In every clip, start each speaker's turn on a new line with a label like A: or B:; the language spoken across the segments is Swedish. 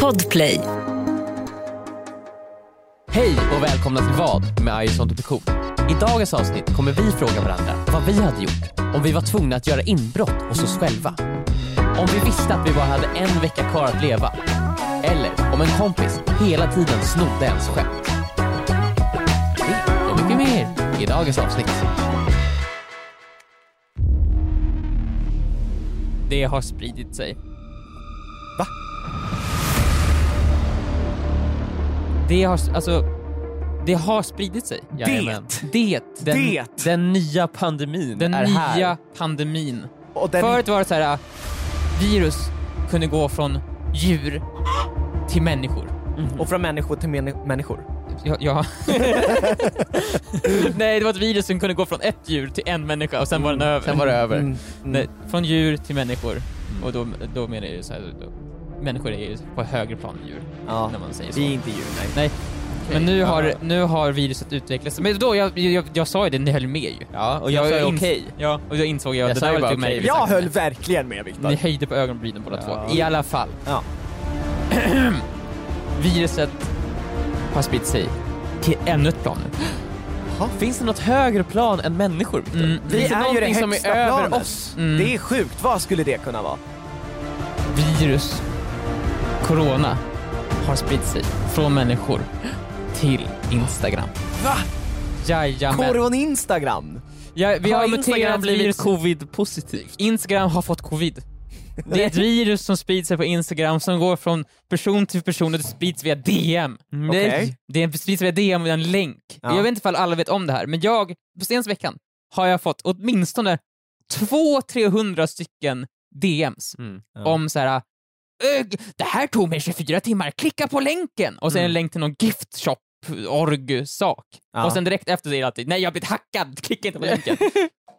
A: Podplay.
B: Hej och välkomna till Vad med Iris Autoproduktion. I dagens avsnitt kommer vi fråga varandra vad vi hade gjort om vi var tvungna att göra inbrott hos oss själva. Om vi visste att vi bara hade en vecka kvar att leva. Eller om en kompis hela tiden snodde ens skämt. Det och mycket mer i dagens avsnitt. Det har spridit sig. Va? Det har, alltså, det har spridit sig. Jajamän. Det! Den,
C: Det.
B: den nya pandemin
D: Den
B: är
D: nya
B: här.
D: pandemin.
C: Och den,
D: Förut var det så här, äh, virus kunde gå från djur till människor.
C: och från människor till män- människor.
B: Mm.
D: Ja, ja. Nej, det var ett virus som kunde gå från ett djur till en människa och sen var den över.
B: Sen var det över.
C: Mm.
D: Nej, från djur till människor. Och då, då menar jag ju så här, då, människor är ju på högre plan än djur.
C: Ja.
D: När man säger så.
C: Vi är inte djur, nej.
D: Nej. Men nu
B: ja.
D: har, nu har viruset utvecklats. Men då, jag, jag, jag sa ju det, ni höll med ju.
B: Ja, och jag,
D: Jag
B: sa ju
D: ins-
B: okej.
D: Ja, och då insåg jag,
B: Jag
D: att
B: sa
D: det
B: ju
D: där var typ
B: bara
D: lite
B: okej. liksom.
D: märkligt.
C: Jag höll verkligen med
D: Ni
C: Viktor.
D: höjde på ögonbrynen båda
B: Ja.
D: två. I alla fall.
C: Ja.
D: Viruset har spritt sig till ännu ett plan.
B: Finns det något högre plan än människor? Victor?
D: Mm.
B: Finns
C: Vi är ju
B: någonting
C: det
B: som är
C: högsta
B: över
C: planet.
B: oss?
D: Mm.
C: Det är sjukt, vad skulle det kunna vara?
D: Virus, corona, har spritt sig från människor till Instagram.
C: Va?
D: Jajamän.
C: Koron Instagram?
D: Ja, vi har,
B: har
D: muterat
B: Instagram blivit
D: virus.
B: covid-positivt?
D: Instagram har fått covid. Det är ett virus som sprids på Instagram som går från person till person och det sprids via DM.
C: Okej.
D: Det är- sprids via DM och en länk.
C: Ja.
D: Jag vet inte om alla vet om det här, men jag, på senaste veckan, har jag fått åtminstone 200-300 stycken DMs
B: Mm.
C: Ja.
D: om så här. "Ög, Det här tog mig 24 timmar, klicka på länken! Och sen en länk till någon gift shop org-sak.
C: Ja.
D: Och sen direkt efter det är det alltid, nej jag har blivit hackad, klicka inte på länken.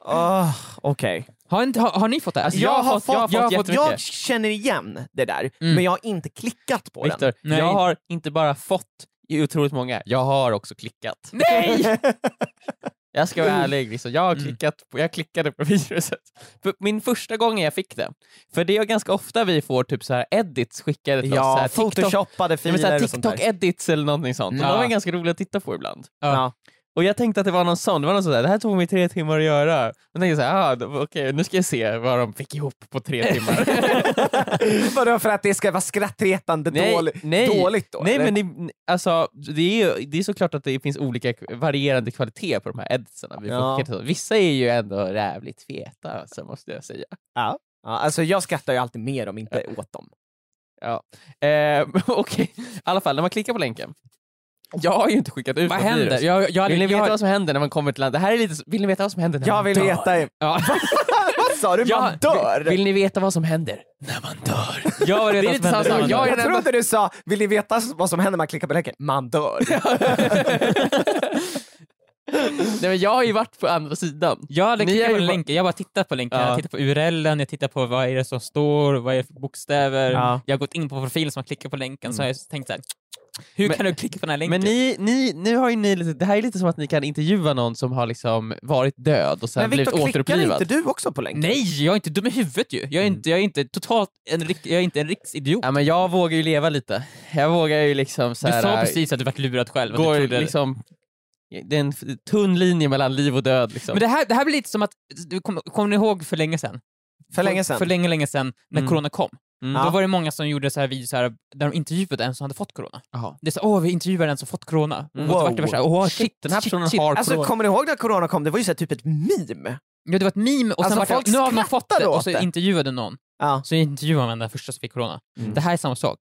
C: Oh, Okej.
D: har, inte, har, har ni fått det? Alltså,
C: Jag, har
D: jag
C: fått, jag,
D: jättemycket.
C: jag känner igen det där, men jag har inte klickat på den.
B: Viktor,
D: Nej.
B: jag har inte bara fått i otroligt många, jag har också klickat.
D: Nej!
B: Jag ska vara ärlig, liksom. jag, har
D: Mm.
B: klickat på, jag klickade på viruset. För min första gången jag fick det, för det är ganska ofta vi får typ så här edits skickade till oss. Så
C: Ja,
B: här, TikTok,
C: photoshoppade
B: Ja, men så
C: filer
B: här,
C: och sånt där.
B: TikTok-edits eller någonting sånt.
D: Ja.
B: Och de är ganska roliga att titta på ibland.
C: Ja.
B: Och jag tänkte att det var någon sån, det var någon sån där, det här tog mig tre timmar att göra. Jag tänkte såhär, ah, då- okej nu ska jag se vad de fick ihop på tre timmar.
C: Vadå för att det ska vara skrattretande dålig, dåligt då?
B: Nej
C: eller?
B: men det, alltså, det, är ju, det är såklart att det finns olika varierande kvalitet på de här editsarna. Vi
C: Ja.
B: får, vissa är ju ändå jävligt feta, alltså, måste jag säga.
C: ja, alltså jag skrattar ju alltid mer om inte åt dem.
B: Eh, Okej, i alla fall när man klickar på länken. Jag har ju inte skickat ut
D: Vad
B: något
D: händer?
B: virus.
D: Jag, jag,
B: Vill ni
D: jag,
B: veta
D: jag,
B: vad som händer när man kommer till land? Det här är lite, så- vill ni veta vad som händer när
C: Jag
B: man
C: vill
B: dör?
C: veta...
D: Ja.
C: Vad sa du? Man
B: Ja,
C: dör?
B: Vill ni veta vad som händer när man dör?
D: jag
B: Det är
D: vet vad som
B: lite samma
D: händer.
B: sak. Jag
D: Jag
B: är
D: är
C: Jag trodde du sa, vill ni veta vad som händer när man klickar på länken? Man dör.
B: Nej, men jag har ju varit på andra sidan.
D: jag hade
B: Ni
D: klickat
B: är
D: på
B: ju bara-
D: länken, jag har bara tittat på länken,
B: Ja.
D: jag har tittat på URLen, jag tittar på vad är det som står, vad är det för bokstäver,
C: Ja.
D: jag har gått in på profilen som har klickat på länken så har jag tänkt såhär, hur
B: Men-
D: kan du klicka på den här länken?
B: Men ni, ni, nu har ju ni lite, det här är lite som att ni kan intervjua någon som har liksom varit död och sen
C: Men
B: blivit
C: Viktor, klickar
B: återupplivad.
C: inte du också på länken?
D: Nej, jag är inte dum i huvudet ju.
B: Mm.
D: Jag är inte, jag är inte totalt en, rik- jag är inte en riksidiot.
B: Ja, men jag vågar ju leva lite. Jag vågar ju liksom så
D: Du
B: här,
D: sa precis att du vart lurad själv. att du
B: går
D: trodde-
B: liksom, det är en f- tunn linje mellan liv och död. Liksom.
D: Men det här, det här blir lite som att, du kommer kommer ni ihåg för länge sedan?
C: För länge sedan?
D: För länge, länge sedan när
B: Mm.
D: corona kom.
B: Mm.
D: Då
C: Ja.
D: var det många som gjorde så här videos så här, där de intervjuade en som hade fått corona.
B: Jaha.
D: Det är så åh vi intervjuar en som fått corona.
B: Mm.
D: Och då
C: Wow.
D: vart det värsta, åh shit,
B: Den här
D: shit,
B: personen
D: shit.
B: har
C: Alltså
B: corona.
C: kommer ni ihåg när corona kom? Det var ju så här typ ett meme.
D: Ja, det var ett meme och
C: Alltså,
D: sen vart
C: folk
D: det, nu har man fått det
C: skrattade
D: och så
C: åt det.
D: intervjuade någon.
C: Ja.
D: Så intervjuade man den första som fick corona. Det här är samma sak.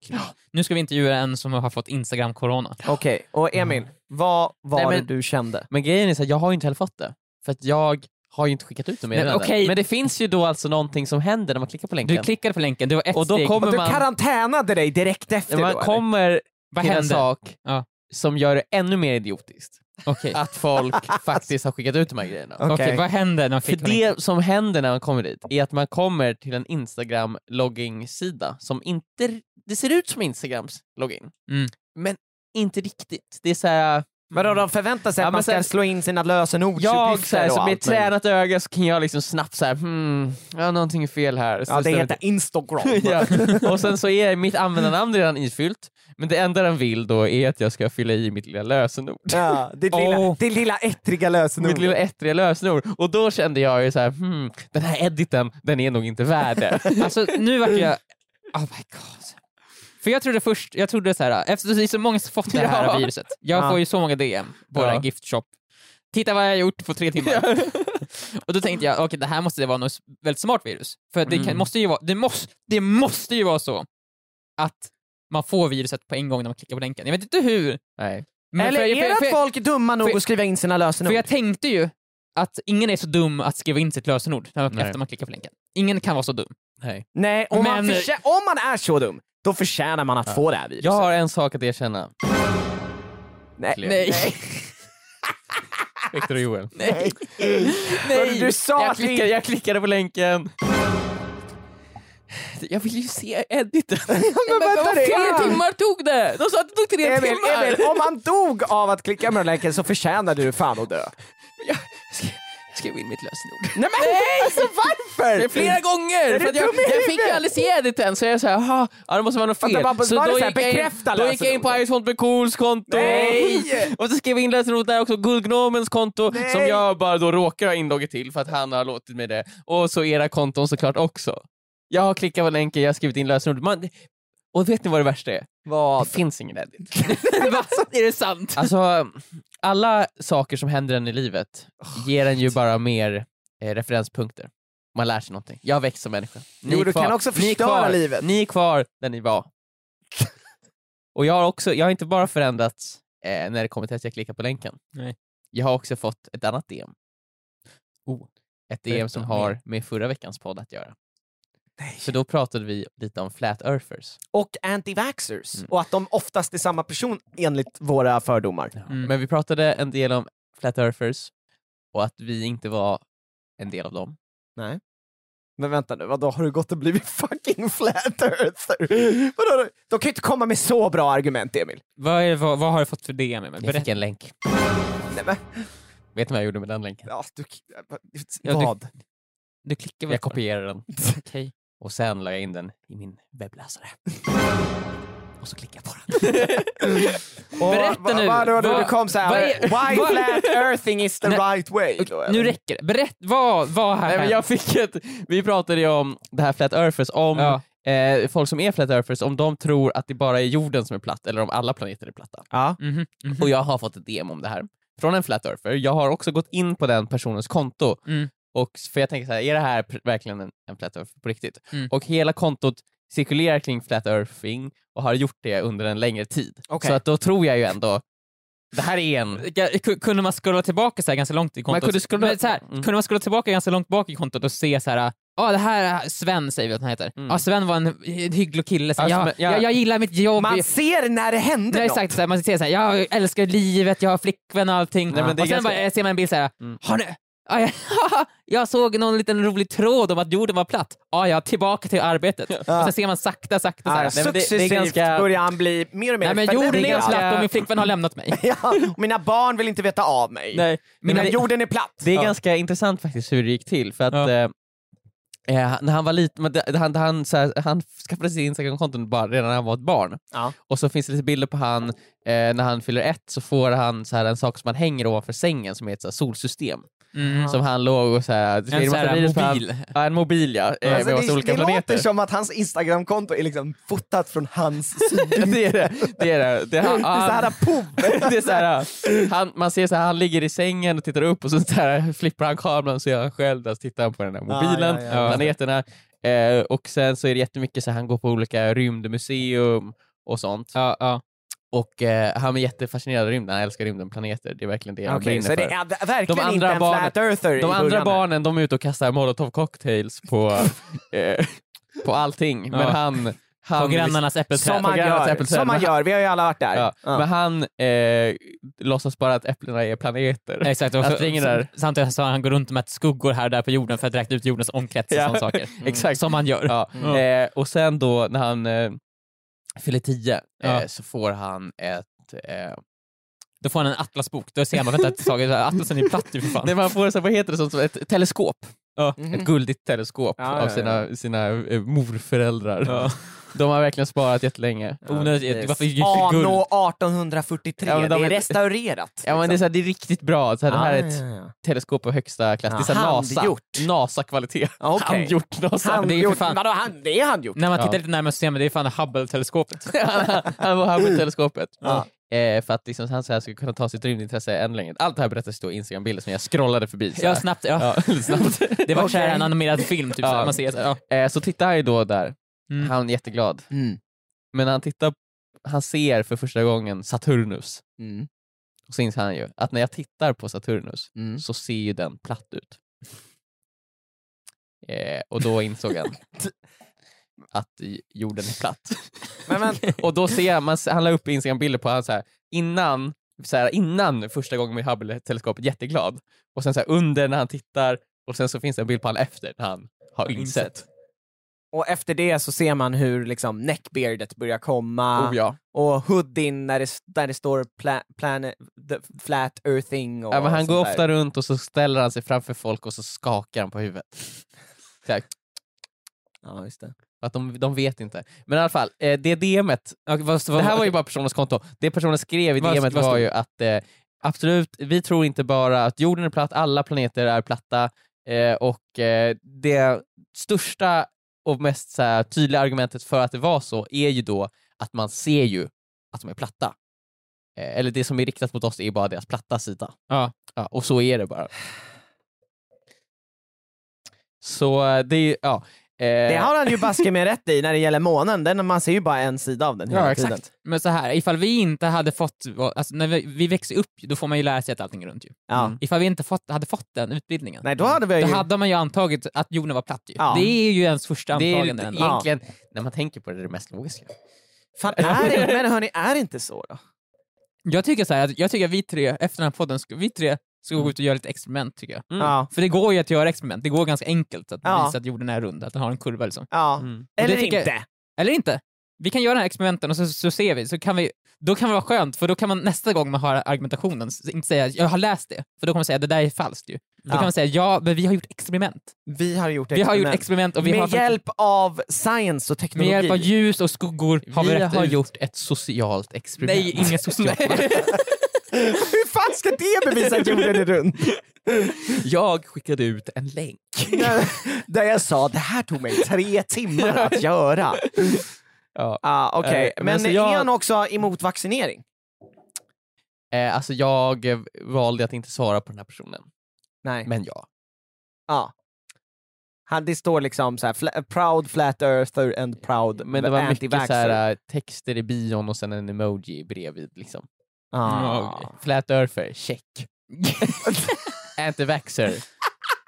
D: Nu ska vi intervjua en som har fått Instagram-corona.
C: Okej, och Emil, vad var
B: Nej, men-
C: det du kände?
B: Men grejen är så här, jag har ju inte heller fått det. För att jag har ju inte skickat ut det
D: Nej,
B: meddelandet.
D: okej.
B: Men det finns ju då alltså någonting som händer när man klickar på länken.
D: Du klickade på länken, det var ett
B: och då
D: steg.
B: kommer
C: Och du
B: man,
C: karantänade dig direkt efter
B: man
C: då? eller?
B: kommer
D: Vad
B: till en
D: hände?
B: sak
D: Ja.
B: som gör det ännu mer idiotiskt.
D: Okej,
B: Att folk faktiskt har skickat ut de här grejerna.
C: Okej.
D: Okej, vad händer när man
B: För
D: klickar på länken?
B: det som händer när man kommer dit är att man kommer till en Instagram login-sida som inte, det ser ut som Instagrams login,
D: Mm.
B: men inte riktigt. Det är så här,
C: Men då, de förväntar sig
B: Ja,
C: att
B: men
C: man ska
B: sen-
C: slå in sina lösenordsuppgifter
B: Jag så här,
C: och
B: som med ett
C: allt möjligt.
B: tränat öga så kan jag liksom snabbt såhär, hmm, ja, någonting är fel här. Så
C: Ja, det
B: ställer-
C: heter Instagram.
B: ja. Och sen så är mitt användarnamn redan ifyllt, men det enda den vill då är att jag ska fylla i mitt lilla lösenord.
C: Ja, ditt, lilla,
D: Åh.
C: ditt lilla ettriga
B: Mitt
C: lösenord.
B: lilla ettriga lösenord. Och då kände jag ju så här, hmm, den här editen, den är nog inte värd det.
D: Alltså nu vart jag... Oh my god. För jag trodde först, jag trodde så här, eftersom det är så många som fått det här
B: Ja.
D: viruset. Jag
C: Ja.
D: får ju så många DM på
B: Ja.
D: vår giftshop. Titta vad jag har gjort på tre timmar. och då tänkte jag, okej det här måste vara något väldigt smart virus. För det, kan,
B: Mm.
D: måste ju vara, det, måste, det måste ju vara så att man får viruset på en gång när man klickar på länken. Jag vet inte hur.
B: Nej.
D: men
C: Eller
D: för-
C: är
D: för-
C: det att
D: för-
C: folk är dumma nog
D: för-
C: att skriva in sina lösenord?
D: För jag tänkte ju att ingen är så dum att skriva in sitt lösenord när man,
B: Nej.
D: efter man klickar på länken. Ingen kan vara så dum.
C: Nej, om, man
D: Men-
C: förtjä- om man är så dum, då förtjänar man att få det här viruset.
B: Jag har en sak att erkänna.
C: Nej.
D: Nej.
B: Victor och Joel.
D: Nej.
C: Hörru, Du sa
B: Jag
C: att vi-
B: klickade, jag klickade på länken. Jag vill ju se editen.
C: Men vänta, det är-
D: Tre timmar tog det! De sa att det tog tre
C: Emil,
D: timmar!
C: Emil, om man dog av att klicka med den länken så förtjänar du fan att dö.
D: Jag skrev- jag skrev in mitt lösenord.
C: Nej, men, Nej! Alltså, varför?
B: Flera gånger!
C: Är
B: För
C: du
B: att jag,
C: dum i
B: jag fick ju
C: huvudet?
B: aldrig se editen så jag sa jaha, ja, det måste vara något
C: Vänta,
B: fel.
C: bara-
B: så
C: bara
B: då
C: så här,
B: gick, jag in,
C: bekräfta
B: då gick jag in på
C: lösenordet.
B: Iris med Cools konto
C: Nej!
B: och så skrev jag in lösenordet där också, Guldgnomens konto
C: Nej!
B: som jag bara då råkar ha inloggat till för att han har låtit mig det. Och så era konton såklart också. Jag har klickat på länken, jag har skrivit in lösenordet. Man, och vet ni vad det värsta är? Det
C: Vad?
B: finns ingen edit.
D: Va? Är det sant?
B: Alltså, alla saker som händer en i livet ger en ju bara mer eh, referenspunkter. Man lär sig någonting. Jag har växt som människa.
C: Jo,
B: är
C: du kan också
B: Ni är
C: förstöra
B: kvar.
C: livet.
B: Ni är kvar där ni var. Och jag har också, jag har inte bara förändrats eh, när det kommer till att jag klickar på länken.
D: Nej.
B: Jag har också fått ett annat DM.
D: Oh.
B: Ett DM som
D: Berätta.
B: har med förra veckans podd att göra. För då pratade vi lite om flat earthers.
C: Och anti-vaxxers.
D: Mm.
C: Och att de oftast är samma person enligt våra fördomar.
D: Mm.
B: Men vi pratade en del om flat earthers och att vi inte var en del av dem.
C: Men vänta nu, vadå, har du gått och blivit fucking flat earther? Vadå, de kan ju inte komma med så bra argument, Emil.
D: Vad, är, vad, vad har du fått för DM? Emil?
B: Jag fick
D: Berätta.
B: en länk.
C: Nej, men,
B: Vet ni vad jag gjorde med den länken?
C: ja, du, vad?
D: Ja, du- Du klickar väl
B: Jag
D: på den?
B: kopierade den
D: Okej.
B: och sen la jag in den i min webbläsare. Och så klickade jag på den.
C: Och
D: Berätta
C: vad-
D: nu,
C: Vadå, då
D: vad-
C: du kom
D: vad
C: såhär,
D: är-
C: why
D: vad-
C: flat earthing is the
D: Nej,
C: right way? då, eller?
D: Nu räcker det. Berätta, vad, vad här
B: Nej, men
D: händer?
B: jag fick ett, vi pratade ju om det här flat earthers, om
D: Ja.
B: eh, folk som är flat earthers, om de tror att det bara är jorden som är platt eller om alla planeter är platta.
D: Mhm, mhm.
B: Och jag har fått ett DM om det här från en flat earther. Jag har också gått in på den personens konto
D: Mm.
B: och, för jag tänker så här, är det här pr- verkligen en, en flat earther på riktigt?
D: Mm.
B: Och hela kontot cirkulerar kring flat earthing och har gjort det under en längre tid.
C: Okej.
B: Så att då tror jag ju ändå, det här är en...
D: Ga- ku- Kunde man scrolla tillbaka så här ganska långt i kontot?
B: kunde scrolla-
D: Men så här,
B: Mm.
D: kunde man scrolla tillbaka ganska långt bak i kontot och se så här, ja det här är Sven säger vi att han heter. Ja
B: Mm.
D: Sven var en, en hygglig kille, så här,
B: Alltså,
D: jag,
B: men jag-
D: jag, jag gillar mitt jobb.
C: Man
D: jag,
C: ser när det händer
D: Nej,
C: något.
D: exakt, såhär, man ser såhär, jag älskar livet, jag har flickvän och allting.
B: Nej, men det är
D: och sen
B: ganska-
D: bara, eh, ser man en bild såhär,
B: Mm.
D: har ni... Ja, jag, jag såg någon liten rolig tråd om att jorden var platt. Ja, ja, tillbaka till arbetet. Och sen ser man sakta, sakta
C: Ah,
D: såhär.
B: men det- det är
C: successivt
B: ganska-
C: börjar han bli mer och mer
D: Nej men jorden är
C: förnedrad.
D: platt och min flickvän har lämnat mig.
C: Ja, och mina barn vill inte veta av mig.
B: Nej, men
C: Mina
B: det,
C: jorden är platt.
B: det är ganska intressant faktiskt hur det gick till. För att
D: Ja.
B: eh, eh, när han var liten, men det- han, han, så här, han skaffade sitt Instagram-konto bara redan när han var ett barn.
C: Ja.
B: Och så finns det lite bilder på han, eh, när han fyller ett så får han så här, en sak som han hänger ovanför sängen som är ett så här, solsystem.
D: Mm.
B: Som han låg och så här, det är
D: En
B: massa
D: sån här
B: videos på han-
D: mobil.
B: Ja, en mobil ja, eh,
C: Alltså,
B: med massa
C: det
B: olika
C: det
B: planeter.
C: låter som att hans Instagramkonto är liksom fotat från hans sida.
B: det är det. det, är det. det, han,
C: Det är så här pov.
B: det är så här, äh, han, man ser så här, han ligger i sängen och tittar upp och så, så här, flippar han kameran så gör han själv där så tittar han på den där mobilen,
C: Ah, ja, ja.
B: planeterna. Eh, och sen så är det jättemycket så här, han går på olika rymdmuseum och sånt.
D: Ja, ja.
B: Och eh, han är jättefascinerad av rymden, han älskar rymden och planeter. Det är verkligen det han
C: Okej,
B: brinner
C: så det
B: för.
C: är verkligen
B: De andra
C: inte en
B: barnen-
C: flat earther
B: De
C: i början.
B: andra barnen de är ute och kastar molotov cocktails på, eh, på allting, men
D: Ja.
B: han... han
D: På grannarnas äppelträd.
C: som man
B: på grannarnas
C: gör.
B: äppelträd.
C: Som man
B: Men
C: gör, vi har ju alla varit där.
B: Ja.
C: Ja.
B: Men han eh, låtsas bara att äpplena är planeter.
D: Exakt, och
B: Jag
D: så-
B: springer där.
D: samtidigt så har han går runt med ett skuggor här och där på jorden för att räkna ut jordens omkrets och
B: Ja,
D: sådana saker.
B: exakt.
D: Som man gör.
B: Ja.
D: Mm.
B: Eh, och sen då när han eh, fyller 10 eh,
D: Ja.
B: så får han ett eh,
D: Då får han en atlasbok. Då ser man, vänta ett tag, atlasen är platt ju för fan.
B: Nej, man får så, vad heter det, sånt, som ett teleskop.
D: Ja.
C: Mhm.
B: Ett guldigt teleskop
C: Ja,
B: av
C: ja,
B: sina, sina eh, morföräldrar.
D: Ja.
B: De har verkligen sparat jättelänge.
D: Onödigt,
C: precis.
D: varför gick det guld?
C: Anno 1843,
B: Ja, men de-
C: det är restaurerat.
B: Ja, men det, är så här, det är riktigt bra. Så här, det här är ett
C: Ah, ja,
B: teleskop av högsta klass. det är så här
C: Ja,
B: NASA.
C: handgjort.
B: NASA-kvalitet.
C: ja. Okej.
B: Handgjort NASA.
C: Handgjort.
B: Det är ju för fan...
C: Vadå, han, det är handgjort?
D: När man
B: Ja.
D: tittar lite närmare så ser man det är fan Hubble-teleskopet.
B: Han var här med teleskopet.
C: Ja.
B: Eh, för att liksom, han så här skulle kunna ta sitt rymdintresse ännu längre. Allt det här berättas då i Instagram-bilder som jag scrollade förbi. Så, här.
D: Ja, snabbt. Ja.
B: Ja, lite snabbt.
D: Det var
C: Okej.
D: så här en animerad film, typ.
B: Ja.
D: Så här, man ser, så här, ja.
B: Eh, så tittar han ju då där.
D: Mm.
B: Han är jätteglad.
C: Mm.
B: Men när han tittar, han ser för första gången Saturnus.
C: Mm.
B: Och så inser han ju att när jag tittar på Saturnus
C: Mm.
B: så ser ju den platt ut. Eh, och då insåg han att j- jorden är platt.
C: Men, men,
B: Och då ser man, han la upp Instagram-bilder på han så här, innan, så här, innan första gången med Hubble-teleskopet, jätteglad. Och sen så här, under när han tittar och sen så finns det en bild på han efter när han har
D: Insett.
B: insett.
C: och efter det så ser man hur liksom neckbeardet börjar komma,
B: Oh, ja.
C: och hoodin där det, där det står pla, planet, the flat earthing och
B: Ja, men han
C: sånt
B: går
C: där.
B: ofta runt och så ställer han sig framför folk och så skakar han på huvudet. Så här,
C: Ja, just det.
B: för att de, de vet inte. Men i alla fall, eh, det DMet,
D: Ja, vad- vad-
B: det här var ju bara personens konto. Det personen skrev i
D: Vad-
B: DMet
D: vad
B: var
D: stod-
B: ju att eh, absolut, vi tror inte bara att jorden är platt, alla planeter är platta eh, och eh, det största och mest så här, tydliga argumentet för att det var så är ju då att man ser ju att de är platta. Eh, eller det som är riktat mot oss är bara deras platta sida.
D: Ja.
B: Ja, och så är det bara. Så eh, det är ju, ja. eh,
C: Det har han ju baske med rätt i när det gäller månen, den, man ser ju bara en sida av den hela
B: ja, exakt.
C: tiden.
D: Men så här, ifall vi inte hade fått, alltså när vi, vi växer upp, då får man ju lära sig att allting är runt ju.
C: Ja.
B: Mm.
D: Ifall vi inte fått, hade fått den utbildningen,
C: Nej, då hade vi
D: då
C: ju...
D: hade man ju antagit att jorden var platt ju.
C: Ja.
D: Det är ju ens första
B: Det är
D: antagande.
B: lite-
D: ändå.
C: Ja.
B: egentligen, när man tänker på det, det är det mest logiska.
C: Fan, är det, men hörni, är det inte så då?
D: Jag tycker så här, att- jag tycker att vi tre, efter den här podden, ska, vi tre ska gå ut och göra lite experiment tycker jag.
B: Mm.
C: Ja.
D: För det går ju att göra experiment, det går ganska enkelt att
C: Ja.
D: visa att jorden är rund, att den har en kurva liksom.
C: ja. Eller
D: det tänker-
C: inte.
D: Eller inte. Vi kan göra den här experimenten och så, så ser vi, så kan vi, då kan det vara skönt för då kan man nästa gång man har argumentationen s- inte säga jag har läst det, för då kommer man säga det där är falskt ju. Då
C: Ja.
D: kan man säga ja, men vi har gjort experiment.
C: Vi har gjort
D: Vi har
C: experiment.
D: gjort experiment och vi
C: med
D: har faktiskt-
C: hjälp av science och
D: med
C: teknologi.
D: hjälp av ljus och skuggor har vi,
B: vi
D: rätt
B: har
D: ut.
B: gjort ett socialt experiment.
D: Nej, inget socialt.
C: Hur fan ska det bevisa att jorden är rund?
B: Jag skickade ut en länk.
C: Där- Där jag sa det här tog mig tre timmar att göra.
B: Ja.
C: Ah, Okej,
B: Eh, men
C: men,
B: så jag-
C: är han också emot vaccinering?
B: Eh, alltså jag eh, valde att inte svara på den här personen,
C: Nej.
B: men ja.
C: Ja. Han, det står liksom så här, fla- proud flat earther and proud
B: Men det var mycket så
C: anti-vaxxer.
B: här, eh, texter i bion och sen en emoji bredvid. Liksom.
C: Ah.
D: Ja, okej.
B: Flat earther, check. Antivaxxer,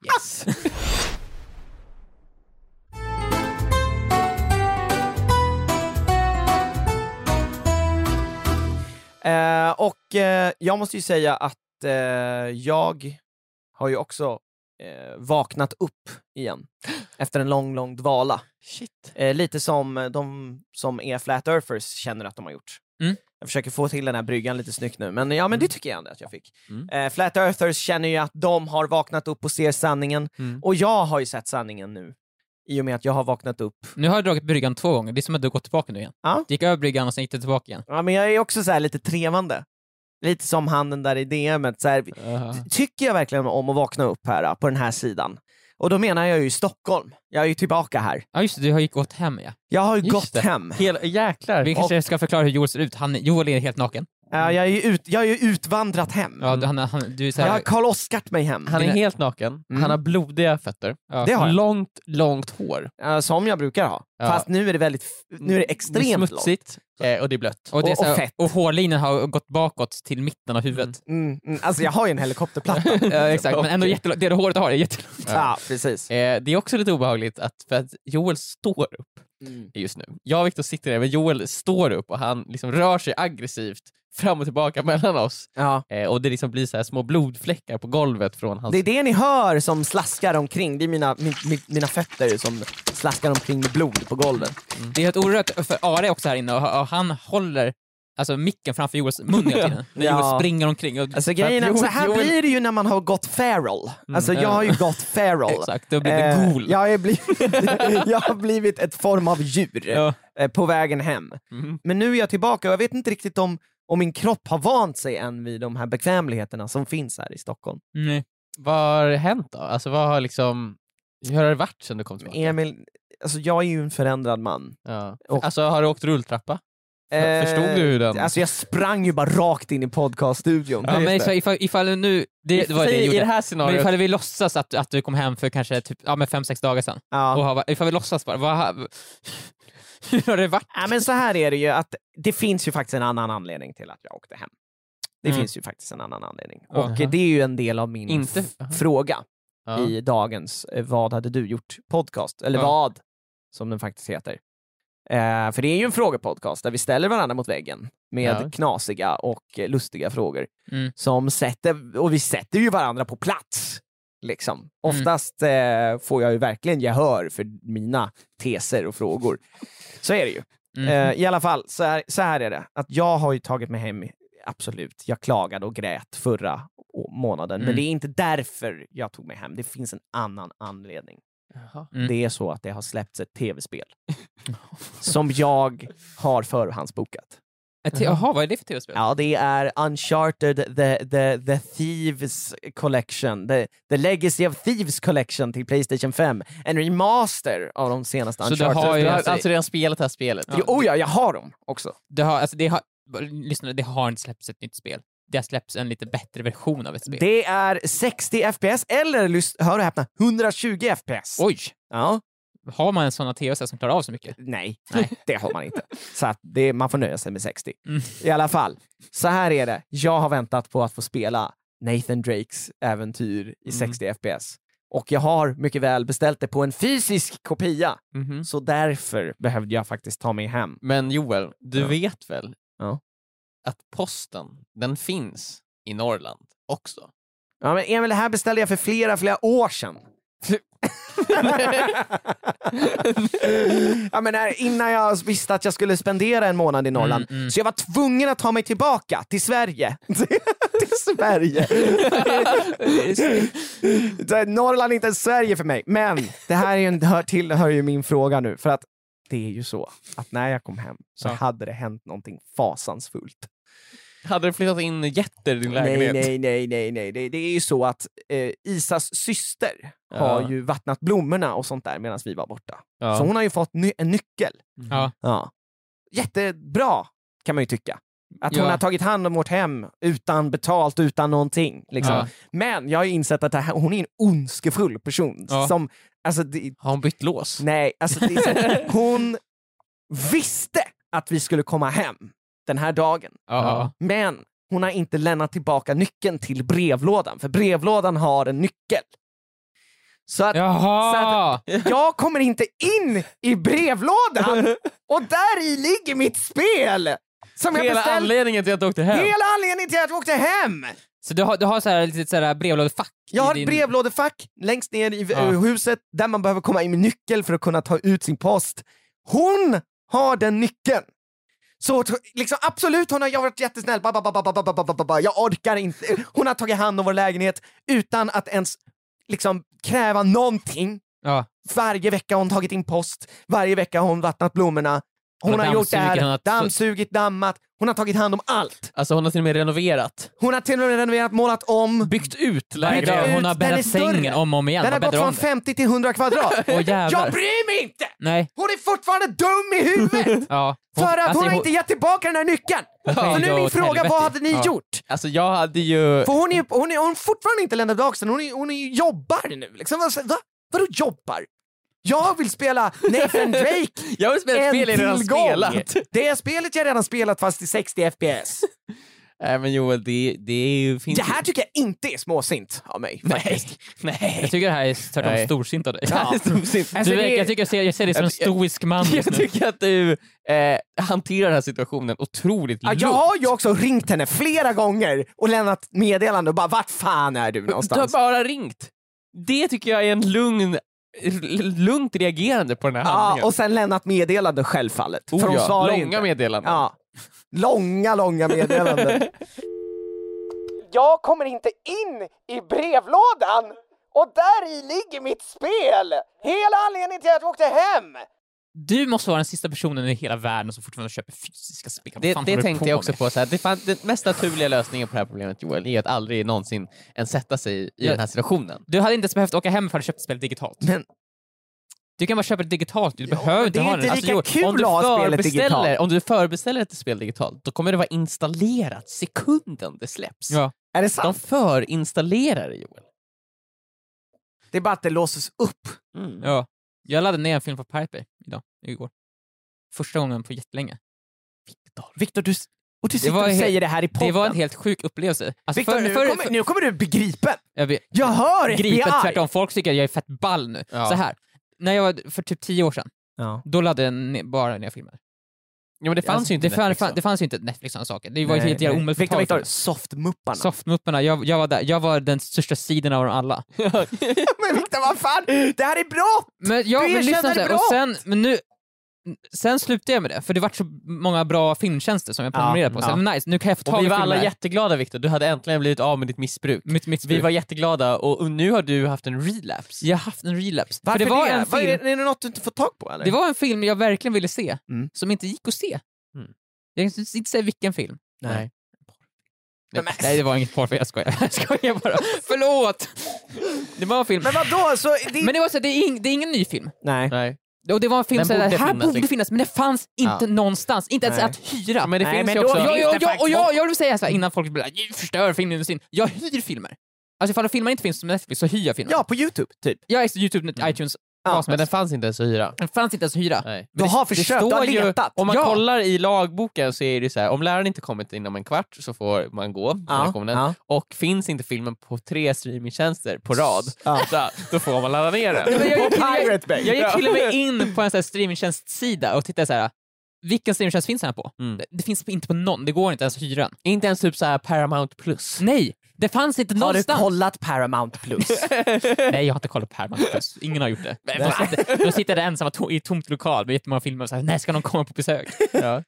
B: yes.
C: Eh, och eh, jag måste ju säga att eh, jag har ju också eh, vaknat upp igen efter en lång, lång dvala.
B: Shit.
C: Eh, lite som eh, de som är flat earthers känner att de har gjort.
D: Mm.
C: Jag försöker få till den här bryggan lite snyggt nu, men ja, men det tycker jag ändå att jag fick.
B: Mm.
C: Eh, flat earthers känner ju att de har vaknat upp och ser sanningen,
B: Mm.
C: och jag har ju sett sanningen nu i och med att jag har vaknat upp.
D: Nu har jag dragit bryggan två gånger, det är som att du har gått tillbaka nu igen.
C: Ja.
D: Du gick över bryggan och sen gick du tillbaka igen.
C: Ja, men jag är också så här lite trevande. Lite som han den där i DMet, så här, tycker jag verkligen om att vakna upp här på den här sidan. Och då menar jag ju Stockholm. Jag är ju tillbaka här.
D: Ja just det, du har ju gått hem ja.
C: Jag har ju
B: Just
C: gått
B: det.
C: hem.
B: Hela, jäklar.
D: Vi kanske ska förklara hur Joel ser ut, han, Joel är helt naken.
C: Ja, jag, är ju ut, jag är ju utvandrat hem.
D: Ja, du, han, han, du är så
C: jag
D: här,
C: har Karl-Oskart mig hem.
B: han är helt naken,
C: Mm.
B: han har blodiga fötter,
D: ja.
C: det har jag.
B: långt, långt hår.
C: Eh, som jag brukar ha.
B: Ja.
C: Fast nu är det väldigt, f- nu är det
B: Det är
C: extremt långt.
B: smutsigt eh, och det är blött.
D: Och, det är
C: Och-
D: så här,
C: och fett.
D: och hårlinjen har gått bakåt till mitten av huvudet.
C: Mm, mm, alltså jag har ju en helikopterplatta.
D: Ja, exakt, men ändå
B: Okej.
D: jättelångt. Det håret du har är jättelångt.
B: Ja.
C: ja, precis.
B: Eh, det är också lite obehagligt att, för att Joel står upp
C: Mm.
B: just nu. Jag och Viktor sitter ner, men Joel står upp och han liksom rör sig aggressivt fram och tillbaka mellan oss.
C: Ja.
B: Eh, och det liksom blir så här små blodfläckar på golvet från hans...
C: Det är det ni hör som slaskar omkring. Det är mina, min, min, mina fötter som slaskar omkring med blod på golvet.
D: Det är helt orört, för Are är också här inne och, och han håller alltså, micken framför Joels mun hela tiden. När Joel
C: Ja.
D: springer omkring. Och,
C: Alltså grejen är att
A: Joel-
C: så här
A: Joel-
C: blir det ju när man har gått feral. Alltså
D: Mm.
C: jag har ju gått feral.
D: exakt, då blir det
C: Eh,
D: gul.
C: jag, har blivit, jag har blivit ett form av djur
D: Ja.
C: eh, på vägen hem.
D: Mhm.
C: Men nu är jag tillbaka och jag vet inte riktigt om, om min kropp har vant sig än vid de här bekvämligheterna som finns här i Stockholm.
D: Nej.
A: Vad har hänt då? Alltså vad har liksom, hur har det varit sen du kom tillbaka?
C: Emil, alltså jag är ju en förändrad man.
A: Ja.
C: Eh, Och-
A: Alltså har du åkt rulltrappa?
C: Eh,
A: Förstod du hur den...
C: Alltså jag sprang ju bara rakt in i podcaststudion.
D: Ja, men så ifall, ifall nu... Det, det var det jag
A: I- I det
D: gjorde.
A: här
D: Men
A: scenariot,
D: ifall vi låtsas att, att du kom hem för kanske typ, ja, men fem, sex dagar sedan.
C: Ja.
D: Och har, ifall vi låtsas bara, vad, har- hur har det varit?
C: Ja, men så här är det ju, att det finns ju faktiskt en annan anledning till att jag åkte hem. Det
D: Mm.
C: finns ju faktiskt en annan anledning.
D: Ja.
C: Och eh, det är ju en del av min
A: Inte-
C: f-
A: Aha.
C: fråga
A: ja.
C: i dagens eh, Vad hade du gjort-podcast, eller
D: Ja.
C: vad, som den faktiskt heter. Eh, för det är ju en frågepodcast där vi ställer varandra mot väggen med
A: Ja.
C: knasiga och eh, lustiga frågor.
D: Mm.
C: Som sätter, och vi sätter ju varandra på plats.
D: Mm.
C: Liksom. Oftast eh, får jag ju verkligen gehör för mina teser och frågor. Så är det ju.
D: Mm.
C: Eh, I alla fall, så här, så här är det. Att jag har ju tagit mig hem, absolut. Jag klagade och grät förra å- månaden. Men
D: Mm.
C: det är inte därför jag tog mig hem. Det finns en annan anledning.
A: Jaha.
D: Mm.
C: Det är så att det har släppts ett tv-spel som jag har förhandsbokat.
D: Ett te- Jaha, vad är det för tv-spel?
C: Ja, det är Uncharted The, the, the Thieves Collection, the, the Legacy of Thieves Collection till Playstation 5. En remaster av de senaste
D: Så du
C: Uncharted.
D: har ju-
A: Du har
D: alltså-
A: alltså redan spelat det här spelet?
C: Jo, oh ja, jag har dem också.
D: Det har, alltså, det har, lyssna, det har inte släppts ett nytt spel. Det har släppts en lite bättre version av ett spel.
C: Det är 60 FPS eller, lys- hör och häpna, 120 FPS.
D: Oj!
C: Ja.
D: Har man en sån tv som klarar av så mycket?
C: Nej,
D: Nej.
C: det har man inte. Så att det, man får nöja sig med 60.
D: Mm.
C: I alla fall, så här är det. Jag har väntat på att få spela Nathan Drakes äventyr i 60 FPS. Och jag har mycket väl beställt det på en fysisk kopia.
A: Mhm.
C: Så därför behövde jag faktiskt ta mig hem.
A: Men Joel, du
C: Ja.
A: vet väl
C: Ja.
A: att posten, den finns i Norrland också?
C: Ja, men Emil, det här beställde jag för flera, flera år sedan. ja, men här, innan jag visste att jag skulle spendera en månad i Norrland.
D: Mm, mm.
C: Så jag var tvungen att ta mig tillbaka till Sverige. till Sverige. Så här, Norrland är inte ens Sverige för mig. Men det här är ju en, hör, tillhör ju min fråga nu. För att det är ju så att när jag kom hem så
D: Ja.
C: hade det hänt någonting fasansfullt.
A: Hade du flyttat in getter i din
C: Nej,
A: lägenhet?
C: nej, nej, nej, nej. Det, det är ju så att eh, Isas syster har
A: Ja.
C: ju vattnat blommorna och sånt där medan vi var borta.
A: Ja.
C: Så hon har ju fått ny- en nyckel.
D: Ja.
C: Ja. Jättebra, kan man ju tycka. Att
D: Ja.
C: hon har tagit hand om vårt hem utan betalt, utan någonting. Liksom.
D: Ja.
C: Men jag har ju insett att det här, hon är en ondskefull person.
D: Ja.
C: Som, alltså, det,
A: Har hon bytt lås?
C: nej, alltså, det är så, hon visste att vi skulle komma hem den här dagen.
D: Ja.
C: Men hon har inte lämnat tillbaka nyckeln till brevlådan, för brevlådan har en nyckel. Så att Så
D: Jaha!
C: att- jag kommer inte in i brevlådan och där i ligger mitt spel! Som jag
A: Hela
C: beställt.
A: anledningen till att du åkte hem?
C: Hela anledningen till att jag åkte hem!
D: Så du har, du har så här, lite så här brevlådefack? i
C: Jag har
D: din-
C: ett brevlådefack längst ner i
D: Ja.
C: eh, huset där man behöver komma in med nyckel för att kunna ta ut sin post. Hon har den nyckeln! Så t- liksom, absolut, hon har, jag har varit jättesnäll. Ba, ba, ba, ba, ba, ba, ba, ba, ba, ba. Jag orkar inte. Hon har tagit hand om vår lägenhet utan att ens liksom, kräva någonting.
D: Ja.
C: Varje vecka har hon tagit in post, varje vecka har hon vattnat blommorna. Hon,
D: Hon har
C: har gjort det här,
D: dammsugit, hon har-
C: dammsugit, dammat, hon har tagit hand om allt.
A: Alltså hon har till och med renoverat.
C: Hon har till och med renoverat, målat om.
A: Byggt ut
D: Nej,
C: Byggt
D: då,
A: lägenheten.
D: hon har
C: ut, den är
D: bäddat
C: större.
D: sängen om och om igen.
C: Den har
D: Vad
C: gått
D: bäddar
C: från
D: om det?
C: 50 till 100 kvadrat.
D: Åh, jävlar.
C: jag bryr mig inte!
D: Nej.
C: Hon är fortfarande dum i huvudet!
D: Ja.
C: För att
D: alltså,
C: hon har inte gett tillbaka den här nyckeln!
D: kan
C: Så
D: ju
C: nu
D: dra
C: är min
D: åt
C: fråga,
D: helvete.
C: vad hade ni
D: Ja.
C: gjort?
A: Alltså jag hade ju...
C: För hon är hon är, hon är fortfarande inte lämnat tillbaka den, hon, är, hon är, jobbar nu. Liksom, vad, vad, vadå jobbar? Jag vill spela Nathan Drake
A: Jag vill spela ett
C: en
A: spel jag redan
C: tillgång!
A: spelat.
C: Det är spelet jag redan spelat fast i 60 FPS.
A: Nej men Joel, det, det är ju... Finns
C: Det här tycker jag inte är småsint av mig.
A: Nej. Nej.
D: Jag tycker det här är tvärtom
A: Nej.
D: storsint av dig.
C: Ja. Alltså,
D: du,
C: det är-
D: jag, jag tycker jag ser, jag ser dig som en
A: Jag-
D: stoisk man
A: Jag
D: just nu.
A: tycker att du eh, hanterar den här situationen otroligt
C: Ja,
A: lugnt.
C: Jag har ju också ringt henne flera gånger och lämnat meddelande och bara vart fan är du
A: Du har
C: någonstans?
A: bara ringt. Det tycker jag är en lugn, l- lugnt reagerande på den här
C: Ja,
A: handlingen.
C: och sen lämnat meddelande självfallet.
A: Oh
C: för hon
A: ja,
C: svarar ju
A: Långa
C: inte.
A: meddelanden.
C: Ja. Långa, långa meddelanden. Jag kommer inte in i brevlådan! Och där i ligger mitt spel! Hela anledningen till att jag åkte hem!
D: Du måste vara den sista personen i hela världen som fortfarande köper fysiska spel. Vad
B: Det,
D: fan håller
B: det
D: du
B: tänkte jag
D: med?
B: också på. Så här, det, fan, den mest naturliga lösningen på det här problemet Joel är att aldrig någonsin ens sätta sig i
D: Ja.
B: den här situationen.
D: Du hade inte ens behövt åka hem för att köpa spelet digitalt.
C: Men-
D: Du kan bara köpa det digitalt, du
C: men
D: behöver inte
C: det är
D: ha Alltså,
C: inte
D: den.
C: lika
B: Joel,
C: kul
B: om du
C: att ha spelet
B: förbeställer-
C: digitalt.
B: Om du förbeställer ett spel digitalt, då kommer det vara installerat sekunden det släpps.
D: Ja.
C: Är det
B: De
C: sant?
B: förinstallerar det Joel.
C: Det är bara att det låses upp.
B: Mm.
D: Ja. Jag laddade ner en film på Pirate Bay idag, igår. Första gången på jättelänge.
C: Viktor, du, s- och du sitter
D: var
C: och
D: he-
C: säger det här i podden.
D: Det var en helt sjuk upplevelse. Alltså
C: Viktor,
D: förr-
C: nu,
D: förr-
C: kommer-
D: förr-
C: nu kommer du bli gripen!
D: jag vet-
C: Jag hör FBI!
D: gripet tvärtom. Folk tycker att jag är fett ball nu.
B: Ja.
D: Så här. När jag var för typ tio år sedan,
C: Ja.
D: då laddade jag ner, bara ner filmer.
B: Ja, men det fanns
D: Alltså,
B: ju inte
D: det, fan-
B: Netflix,
D: fan-
B: va?
D: det fanns ju inte Netflix och sådana saker. Det var ju
C: Nej,
D: helt jävla
C: nej.
D: omöjligt att
C: Viktor,
D: få
C: Viktor,
D: tag i.
C: softmupparna.
D: Softmupparna, jag, jag var där. Jag var den största sidan av dem alla.
C: Men Viktor, vad fan! Det här är bra!
D: Men ja,
C: Du
D: men
C: erkänner
D: lyssna så här,
C: brott!
D: och sen, men nu, sen slutade jag med det, för det vart så många bra filmtjänster som jag
C: Ja,
D: prenumererade på. Så
C: ja.
D: men nice, nu kan jag få tag
B: Och
D: i
B: vi var alla
D: filmer.
B: jätteglada Viktor, du hade äntligen blivit av med ditt missbruk.
D: mitt, mitt
B: Vi var jätteglada och, och nu har du haft en relapse.
D: Jag har haft en relapse.
C: Varför
D: för det, var En
C: Vad är,
D: film,
C: det, är det något du inte fått tag på eller?
D: det var en film jag verkligen ville se,
C: Mm.
D: som inte gick att se.
B: Mm.
D: Jag kan inte säga vilken film.
C: Nej.
D: Nej,
C: Men-
D: nej, det var inget porrfilm, jag skojar. Jag skojar bara. Förlåt! Det var en film.
C: Men vadå? Så det...
D: Men det, var så, här, det, är ing, det är ingen ny film.
C: Nej.
B: Nej.
D: Och det var en film
B: Den
D: som här
B: borde
D: finnas,
B: finnas,
D: borde
B: liksom.
D: finnas, men den fanns inte någonstans. Inte ens
C: Nej.
D: att hyra.
B: Men det
C: Nej,
B: finns
C: men
B: ju
C: då-
B: också...
D: jag,
C: finns det
D: jag, jag,
C: faktiskt.
D: och jag, jag vill säga så här innan folk blir "Ni förstör filmindustrin. Jag hyr filmer. Alltså ifall filmer inte finns på Netflix så hyr jag filmer.
C: Ja, på Youtube typ.
D: Jag är Youtube, iTunes,
C: Ja,
D: vad som
B: Men den
D: helst.
B: fanns inte ens att hyra.
D: Den fanns inte ens att hyra.
B: Nej.
C: Du har försökt, du har
B: står ju-
C: letat.
B: Om man
D: Ja.
B: kollar i lagboken så är det så här, om läraren inte kommit inom en kvart så får man gå till
C: Ja,
B: lektionen.
C: ja.
B: Och finns inte filmen på tre streamingtjänster på rad, så, då får man ladda ner den.
D: Men jag, gick, jag,
C: Pirate Bay.
D: jag gick till och med in på en sån här streamingtjänstsida och tittade så här. vilken streamingtjänst finns den här på?
B: Mm.
D: Det, det finns inte på någon, det går inte ens att hyra den.
B: inte ens typ så här Paramount plus.
D: Nej, det fanns inte
C: Har du
D: någonstans.
C: kollat Paramount plus?
D: Nej, jag har inte kollat på Paramount Plus. Ingen har gjort det. Men De sitter, de sitter där ensamma to- i ett tomt lokal med jättemånga filmer och så här, när ska någon komma på besök?
B: Ja.
D: Ja,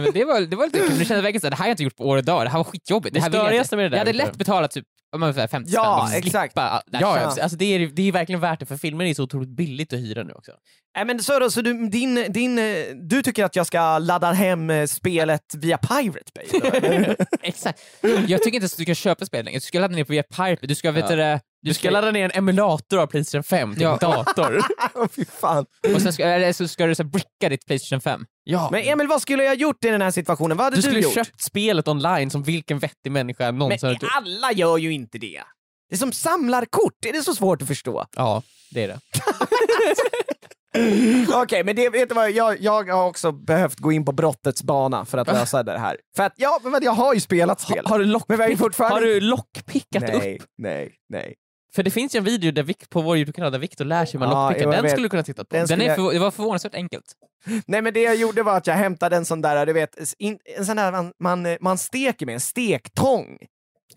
D: Men det, var, det var lite kul, det kändes verkligen såhär, det här har jag inte gjort på år och dag, det här var skitjobbigt.
B: Det
D: här vill jag
B: störigaste
D: inte.
B: med det där,
D: Jag hade
B: Viktor.
D: lätt betalat typ om man säger 50
C: Ja,
D: spänn och slippa
C: exakt.
D: all- det här
B: Ja,
D: köttet.
B: ja. Alltså det, är, det är verkligen värt det för filmer är så otroligt billigt att hyra nu också.
C: Nej, men så då, så du, din, din, eh, du tycker att jag ska ladda hem eh, spelet via Pirate Bay? då, eller?
D: Exakt. Jag tycker inte ens att du kan köpa spel längre, du ska ladda ner på via Pirate, du ska veta
B: Ja.
D: det,
B: Du ska ladda ner en emulator av Playstation 5 till
D: Ja.
B: din dator.
C: Åh, Fy fan.
D: och sen ska, eller så ska du så här, bricka ditt Playstation 5.
B: ja.
C: Men Emil, vad skulle jag gjort i den här situationen? Vad hade
B: du
C: du,
B: skulle
C: gjort?
B: köpt spelet online som vilken vettig människa
C: men
B: någonsin har gjort.
C: alla gör ju inte det. Det är som samlarkort, är det så svårt att förstå?
B: Ja, det är det.
C: Okej, men det, vet du vad, jag, jag har också behövt gå in på brottets bana för att lösa det här. För att, ja, men jag har ju spelat spelet.
B: Har du
C: men vi har ju
B: lockpick
C: fortfarande...
B: Har du lockpickat upp?
C: nej, nej, nej.
B: För det finns ju en video där Vic, på vår Youtube-kanal där Victor lär sig hur man
C: Ja,
B: lockpickar.
C: jo, jag
B: Den
C: vet.
B: skulle du kunna titta på.
C: Den
D: Den
C: skulle
D: är
C: jag-
D: för, det var förvånansvärt enkelt.
C: Nej men det jag gjorde var att jag hämtade en sån där, du vet, in, en sån där man, man, eh, man steker med, en stektång.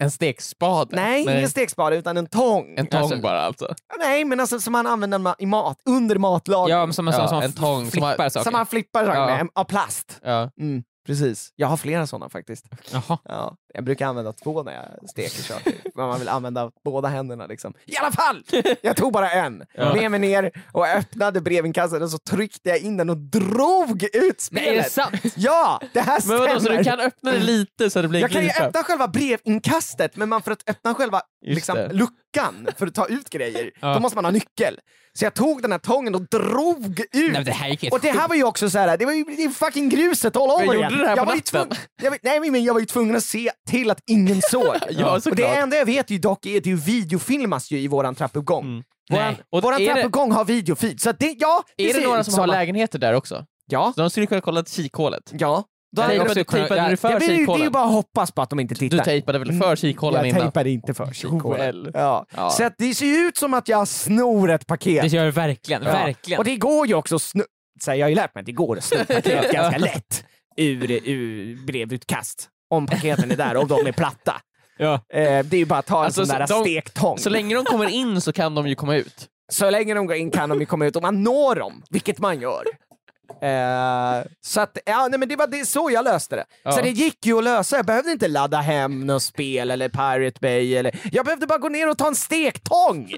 B: En stekspade.
C: Nej, ingen stekspade utan en tång.
B: En tång
D: Alltså-
B: bara alltså.
C: Nej, men alltså som man använder ma- i mat, under matlagning.
D: Ja, men som, som,
B: Ja,
D: som
B: en tång som
D: flippar
B: har-
D: saker.
C: Som man flippar saker
D: Ja.
C: med, av plast.
B: Ja.
C: Mm, precis. Jag har flera såna faktiskt.
D: Jaha.
C: Ja, jag brukar använda två när jag steker saker. Men man vill använda båda händerna liksom. I alla fall! Jag tog bara en,
B: Ja.
C: med mig ner och öppnade brevinkastet och så tryckte jag in den och drog ut spelet.
D: Nej, är det sant?
C: Ja, det här
B: Men
C: stämmer!
B: vadå, så du kan öppna det lite så det blir
C: jag kan ju
B: glipa?
C: öppna själva brevinkastet, men man för att öppna själva
B: Just
C: liksom,
B: det.
C: luckan för att ta ut grejer,
D: Ja.
C: då måste man ha nyckel. Så jag tog den här tången och drog ut.
D: Nej, men det här gick helt
C: och det här var ju också så här, det var ju det är fucking gruset all over
B: gjorde
C: igen.
B: du det här
C: jag
B: på
C: var ju
B: natten?
C: tvungen- jag, var- nej, men jag var ju tvungen att se till att ingen såg. och det
B: såklart.
C: enda jag vet ju dock är att det ju videofilmas ju i våran trappuppgång. Våran,
D: Nej.
B: Mm. Och
C: våran
B: är det-
C: trappuppgång har videofeed, så att det, ja,
B: Är
C: ser
B: det några
C: ut
B: som har
C: att-
B: lägenheter där också?
C: Ja,
B: De skulle kunna kolla till kikhålet.
C: ja. Då
D: Nej,
C: hade
D: jag
C: jag-
D: också-
B: Tejpade, tejpade
D: jag-
B: du
C: det,
B: för
C: blir ju- det är ju
B: kikhålen?
C: bara att hoppas på att de inte tittar.
B: Du tejpade väl för kikhålen
C: Jag
B: innan?
C: tejpade inte för kikhålen.
B: Joel.
C: Ja.
B: Ja.
C: Så att det ser ju ut som att jag snor ett
D: Det
C: paket.
D: gör det verkligen,
C: Ja.
D: verkligen.
C: Och det går ju också att sno... Så här, jag har ju lärt mig att det går att sno paket ganska lätt ur, ur brevutkast. Om paketen är där och de är platta.
D: Ja.
C: Eh, det är ju bara att ta en
B: Alltså,
C: sån där
B: så de-
C: stektång.
B: Så länge de kommer in så kan de ju komma ut.
C: Så länge de går in kan de ju komma ut och man når dem, vilket man gör. Eh, så att, ja, nej, men det var det, så jag löste det.
D: Ja.
C: Så det gick ju att lösa. Jag behövde inte ladda hem något spel eller Pirate Bay. Eller, jag behövde bara gå ner och ta en stektång.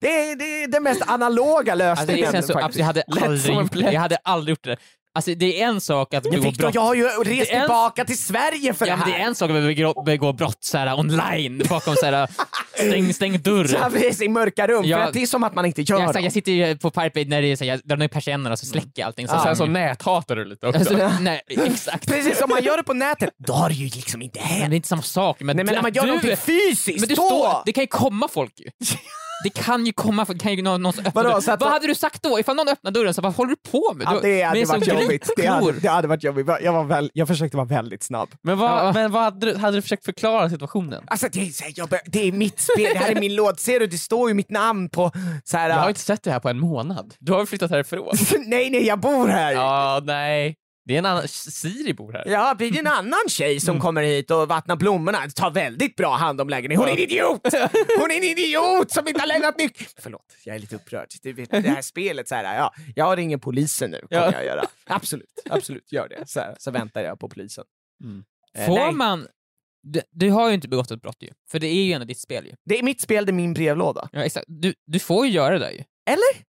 C: det, är, det är den mest analoga
D: Alltså,
C: lösningen.
D: det känns så,
C: faktiskt.
D: jag, hade
C: Lätt
D: aldrig,
C: som en
D: gjort det.
C: plätt.
D: jag hade aldrig gjort det. Alltså, det är en sak att
C: Men
D: begå
C: Victor,
D: brott.
C: jag har ju rest
D: Det är en-
C: tillbaka till Sverige för
D: Ja,
C: det
D: men
C: här.
D: det är en sak att begå, begå brott så här, online bakom så här, stäng, stäng
C: Så
D: dörr.
C: här finns i mörka rum,
D: Ja.
C: för att det är som att man inte gör
D: Jag,
C: dem.
D: jag sitter ju på Pirate Bay när det är så här, jag drar ner persiennerna och så släcker jag allting. Så,
C: Ja.
B: Och
D: här,
B: sen
D: så,
B: så näthatar du lite också.
D: alltså, nej, exakt.
C: Precis, om man gör det på nätet, då har det ju liksom inte
D: Men
C: hänt.
D: det är inte samma sak. Men,
C: Nej men när man gör någonting fysiskt,
D: men du
C: då...
D: står, det kan ju komma folk ju. Det kan ju komma folk, det kan ju någon, någon som öppnar
C: Vadå,
D: dörren.
C: så att-
D: Vad hade du sagt då? Ifall någon öppnar dörren, så, vad håller du på med? Du,
C: Ja, det hade
D: med
C: varit
D: som
C: jobbigt. Det hade,
D: gripklor.
C: det hade varit jobbigt. Jag, var väl, jag försökte vara väldigt snabb.
B: Men vad,
D: Ja.
B: men vad hade, du, hade du försökt förklara situationen?
C: Alltså det är, så här, jag, bör- det är mitt spel, det här är min låt. Ser du, det står ju mitt namn på... Så här,
B: Jag har inte sett det här på en månad. Du har väl flyttat härifrån?
C: Nej, nej, jag bor här. Ja.
B: Ja, nej. Det är en annan... Siri bor här.
C: blir det en annan tjej
B: Mm.
C: som kommer hit och vattnar blommorna, tar väldigt bra hand om lägenheten. Hon är en idiot! Hon är en idiot som inte har lämnat nyckeln! Förlåt, jag är lite upprörd. Du vet, det här spelet, så här, ja, jag ringer polisen nu, kommer
B: Ja.
C: jag göra. Absolut, absolut, gör det. Så, här, så väntar jag på polisen.
B: Mm.
C: Eh,
D: Får
C: nej.
D: man... Du, du har ju inte begått ett brott ju, för det är ju ändå ditt spel ju.
C: Det är mitt spel, det är min brevlåda.
D: Ja, exakt. Du, du får ju göra det där ju.
C: Eller?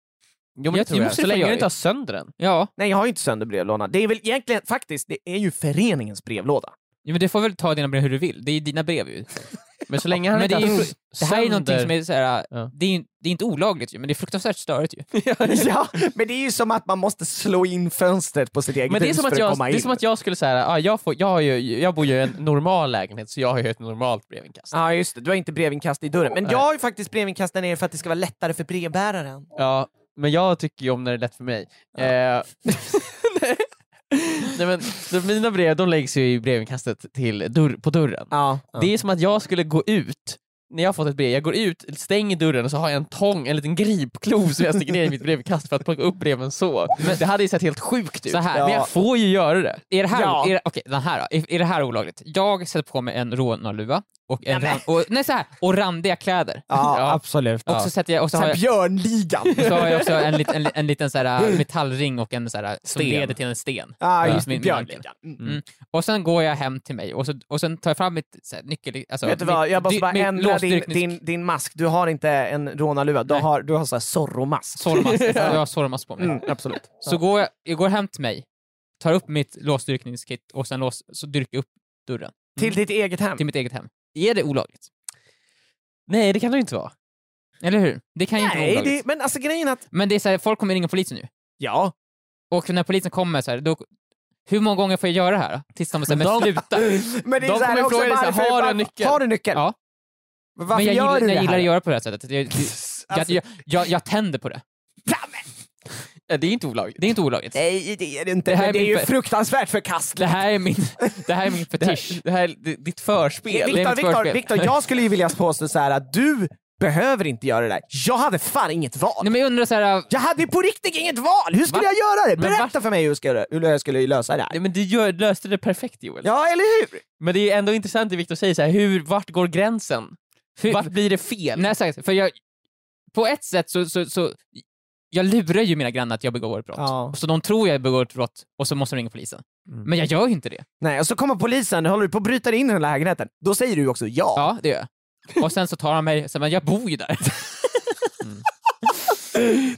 B: Jo, men
D: Jag
B: det tror
D: tror
B: jag.
D: måste
B: Så
D: få
B: länge
D: göra
B: du
D: det.
B: inte har sönder den.
D: Ja,
C: Nej, jag har ju inte sönder brevlådan. Det är väl egentligen, faktiskt, det är ju föreningens brevlåda.
D: ja, men du får väl ta dina brev hur du vill. Det är ju dina brev ju.
B: Men så länge han
D: Men
B: inte
D: det är
B: har
D: ju-
B: sönder...
D: Det här är ju någonting som är såhär,
B: Ja.
D: det, är, ju- det är inte olagligt ju, men det är fruktansvärt störigt ju.
C: ja, men det är ju som att man måste slå in fönstret på sitt eget
B: Men det är,
C: hus
B: som
C: för
B: att
C: att
B: jag,
C: komma in.
B: det är som att jag skulle säga, ah, jag, får, jag, har ju, jag bor ju i en normal lägenhet så jag har ju ett normalt brevinkast.
C: Ja, just det. Du har inte brevinkast i dörren. Men jag har ju faktiskt brevinkast där nere för att det ska vara lättare för brevbäraren.
B: Ja, men jag tycker ju om när det är lätt för mig.
C: Ja.
B: Eh, Nej, men, så mina brev de läggs ju i brevinkastet till dörr, på dörren.
C: Ja.
B: Det är som att jag skulle gå ut, när jag har fått ett brev, jag går ut, stänger dörren och så har jag en tång, en liten gripklo som jag sticker ner i mitt brevkast för att plocka upp breven så. Men det hade ju sett helt sjukt ut.
D: Så här,
B: Men
C: ja.
B: jag får ju göra det.
D: Är det här,
C: Ja.
D: är, det- okej, den här då. Är, är det här olagligt? Jag sätter på mig en rånarluva och, en
C: Nej,
D: ran, och, nej, så här, och randiga kläder. Ja.
C: absolut.
D: Och så sätter jag, och så
C: Så
D: har
C: här
D: jag,
C: björnligan.
D: och så har jag också en, lit, en, li- en liten så här, äh, metallring och en så här, äh, som
C: Sten.
D: leder till en sten.
C: Ja,
D: Ja.
C: just det.
D: Min- min
C: Björnligan. Mm.
D: Och sen går jag hem till mig och, så, och sen tar jag fram mitt så här, nyckel... Alltså,
C: Vet du vad, jag måste
D: mitt-
C: bara
D: mitt
C: ändra din,
D: låsdyrknings-
C: din, din mask. Du har inte en rånarluva, du
D: Nej.
C: har, du har så här Zorro-mask.
D: Sormas. Jag har sormas på mig.
C: Mm, absolut.
D: Så går jag, jag går hem till mig, tar upp mitt låsdyrkningskit och sen lås, så dyrker jag upp dörren
C: Till ditt eget hem.
D: till mitt eget hem. Är det olagligt?
B: Nej, det kan det ju inte vara.
D: Eller hur? Det kan ju inte vara
C: Nej,
D: olagligt.
C: det, men alltså grejen är att...
D: Men det är så här, folk kommer ringa polisen nu.
C: Ja.
D: Och när polisen kommer så här, då, hur många gånger får jag göra det här? då? Tills de säger men sluta.
C: Men det är
B: De
C: så här
B: kommer
C: också,
B: fråga dig så här,
C: varför-
B: har du
C: varför-
B: nyckeln?
C: Har du nyckeln?
D: Ja.
C: Men Varför
D: men jag
C: gör
D: gillar,
C: du det
D: jag gillar
C: här?
D: att göra på det här sättet. Jag, jag,
C: Alltså-
D: jag, jag, jag tänder på det.
B: Ja, Det är inte olagligt.
D: Det är inte olagligt.
C: Nej, det är det inte.
D: Det här
C: men
D: är
C: det är
D: min
C: ju
D: fe-
C: fruktansvärt förkastligt.
D: Det här är min, det här är min
B: Det
D: fetisch.
B: här, det här det, ditt förspel.
D: är
C: Viktor,
D: mitt
C: Viktor,
D: förspel.
C: Viktor, jag skulle ju vilja påstå så här att du behöver inte göra det där. Jag hade fan inget val.
D: Nej, men jag undrar så här, äh,
C: Jag hade på riktigt inget val! Hur skulle
D: Va?
C: jag göra det?
D: Men
C: Berätta för mig hur, ska jag, hur jag skulle lösa det här.
B: Nej, men du gör, löste det perfekt Joel.
C: Ja, eller hur?
B: Men det är ändå intressant det Viktor säger, så här, hur, vart går gränsen?
D: hur,
B: Vart blir det fel?
D: Nej, exakt. För jag, på ett sätt så, så, så jag lurar ju mina grannar att jag begår ett brott.
C: Ja.
D: Så de tror jag begår ett brott och så måste de ringa polisen.
B: Mm.
D: Men jag gör ju inte det.
C: Nej, och så kommer polisen, håller du på att bryta dig in i den här lägenheten? Då säger du också ja.
D: Ja, det gör jag. Och sen så tar han mig, så, men jag bor ju där.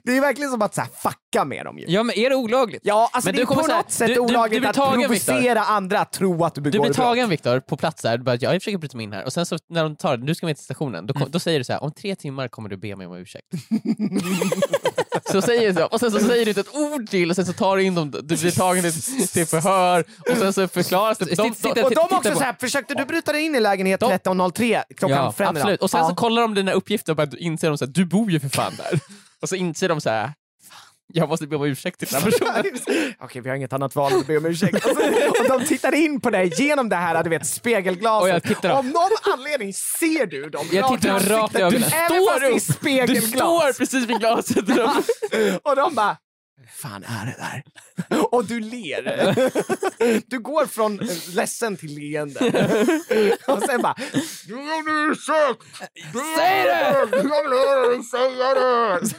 C: Det är verkligen som att så här, fucka med dem ju.
D: Ja, men är det olagligt?
C: Ja, alltså
D: Men
C: det
D: du
C: är på
D: kommer
C: något
D: så här-
C: sätt
D: du- du- du
C: olagligt
D: blir
C: att
D: tagen,
C: provocera andra att tro att du
B: Du
C: begår
B: blir
C: ett brott.
B: tagen Viktor på plats där, du bara, jag försöker bryta mig in här och sen så när de tar dig, du ska med till stationen, då,
C: Mm.
B: kom, då säger du så här, om tre timmar kommer du be mig om ursäkt. så säger du så, och sen så säger du inte ett ord till och sen så tar du in dem, du blir tagen till, till förhör och sen så förklaras det.
D: Sitt- sitta-
C: Och de
D: Titta
C: också
D: på-
C: såhär, försökte du bryta dig in i lägenhet 13.03 klockan
D: Ja,
C: fem idag?
B: absolut, och sen
C: ja.
B: så kollar de dina uppgifter och bara inser de så här, du bor ju för fan där. Och så inser de så här, fan, jag måste be om ursäkt till den här personen.
C: Okej, vi har inget annat val än att be om ursäkt. Och, så, och de tittar in på dig genom det här du vet,
D: Och
C: spegelglaset.
D: jag tittar upp.
C: Av någon anledning ser du dem
D: Jag
C: rakt
D: tittar dem
C: ansiktet.
D: rakt i ögonen.
C: Du Även fast det är
B: Du står
C: spegelglas.
B: precis vid glaset.
C: Och de bara, fan är det där? Och du ler. Du går från ledsen till leende. Och sen bara, du har en ursäkt! Säg det! Jag vill höra dig säga det!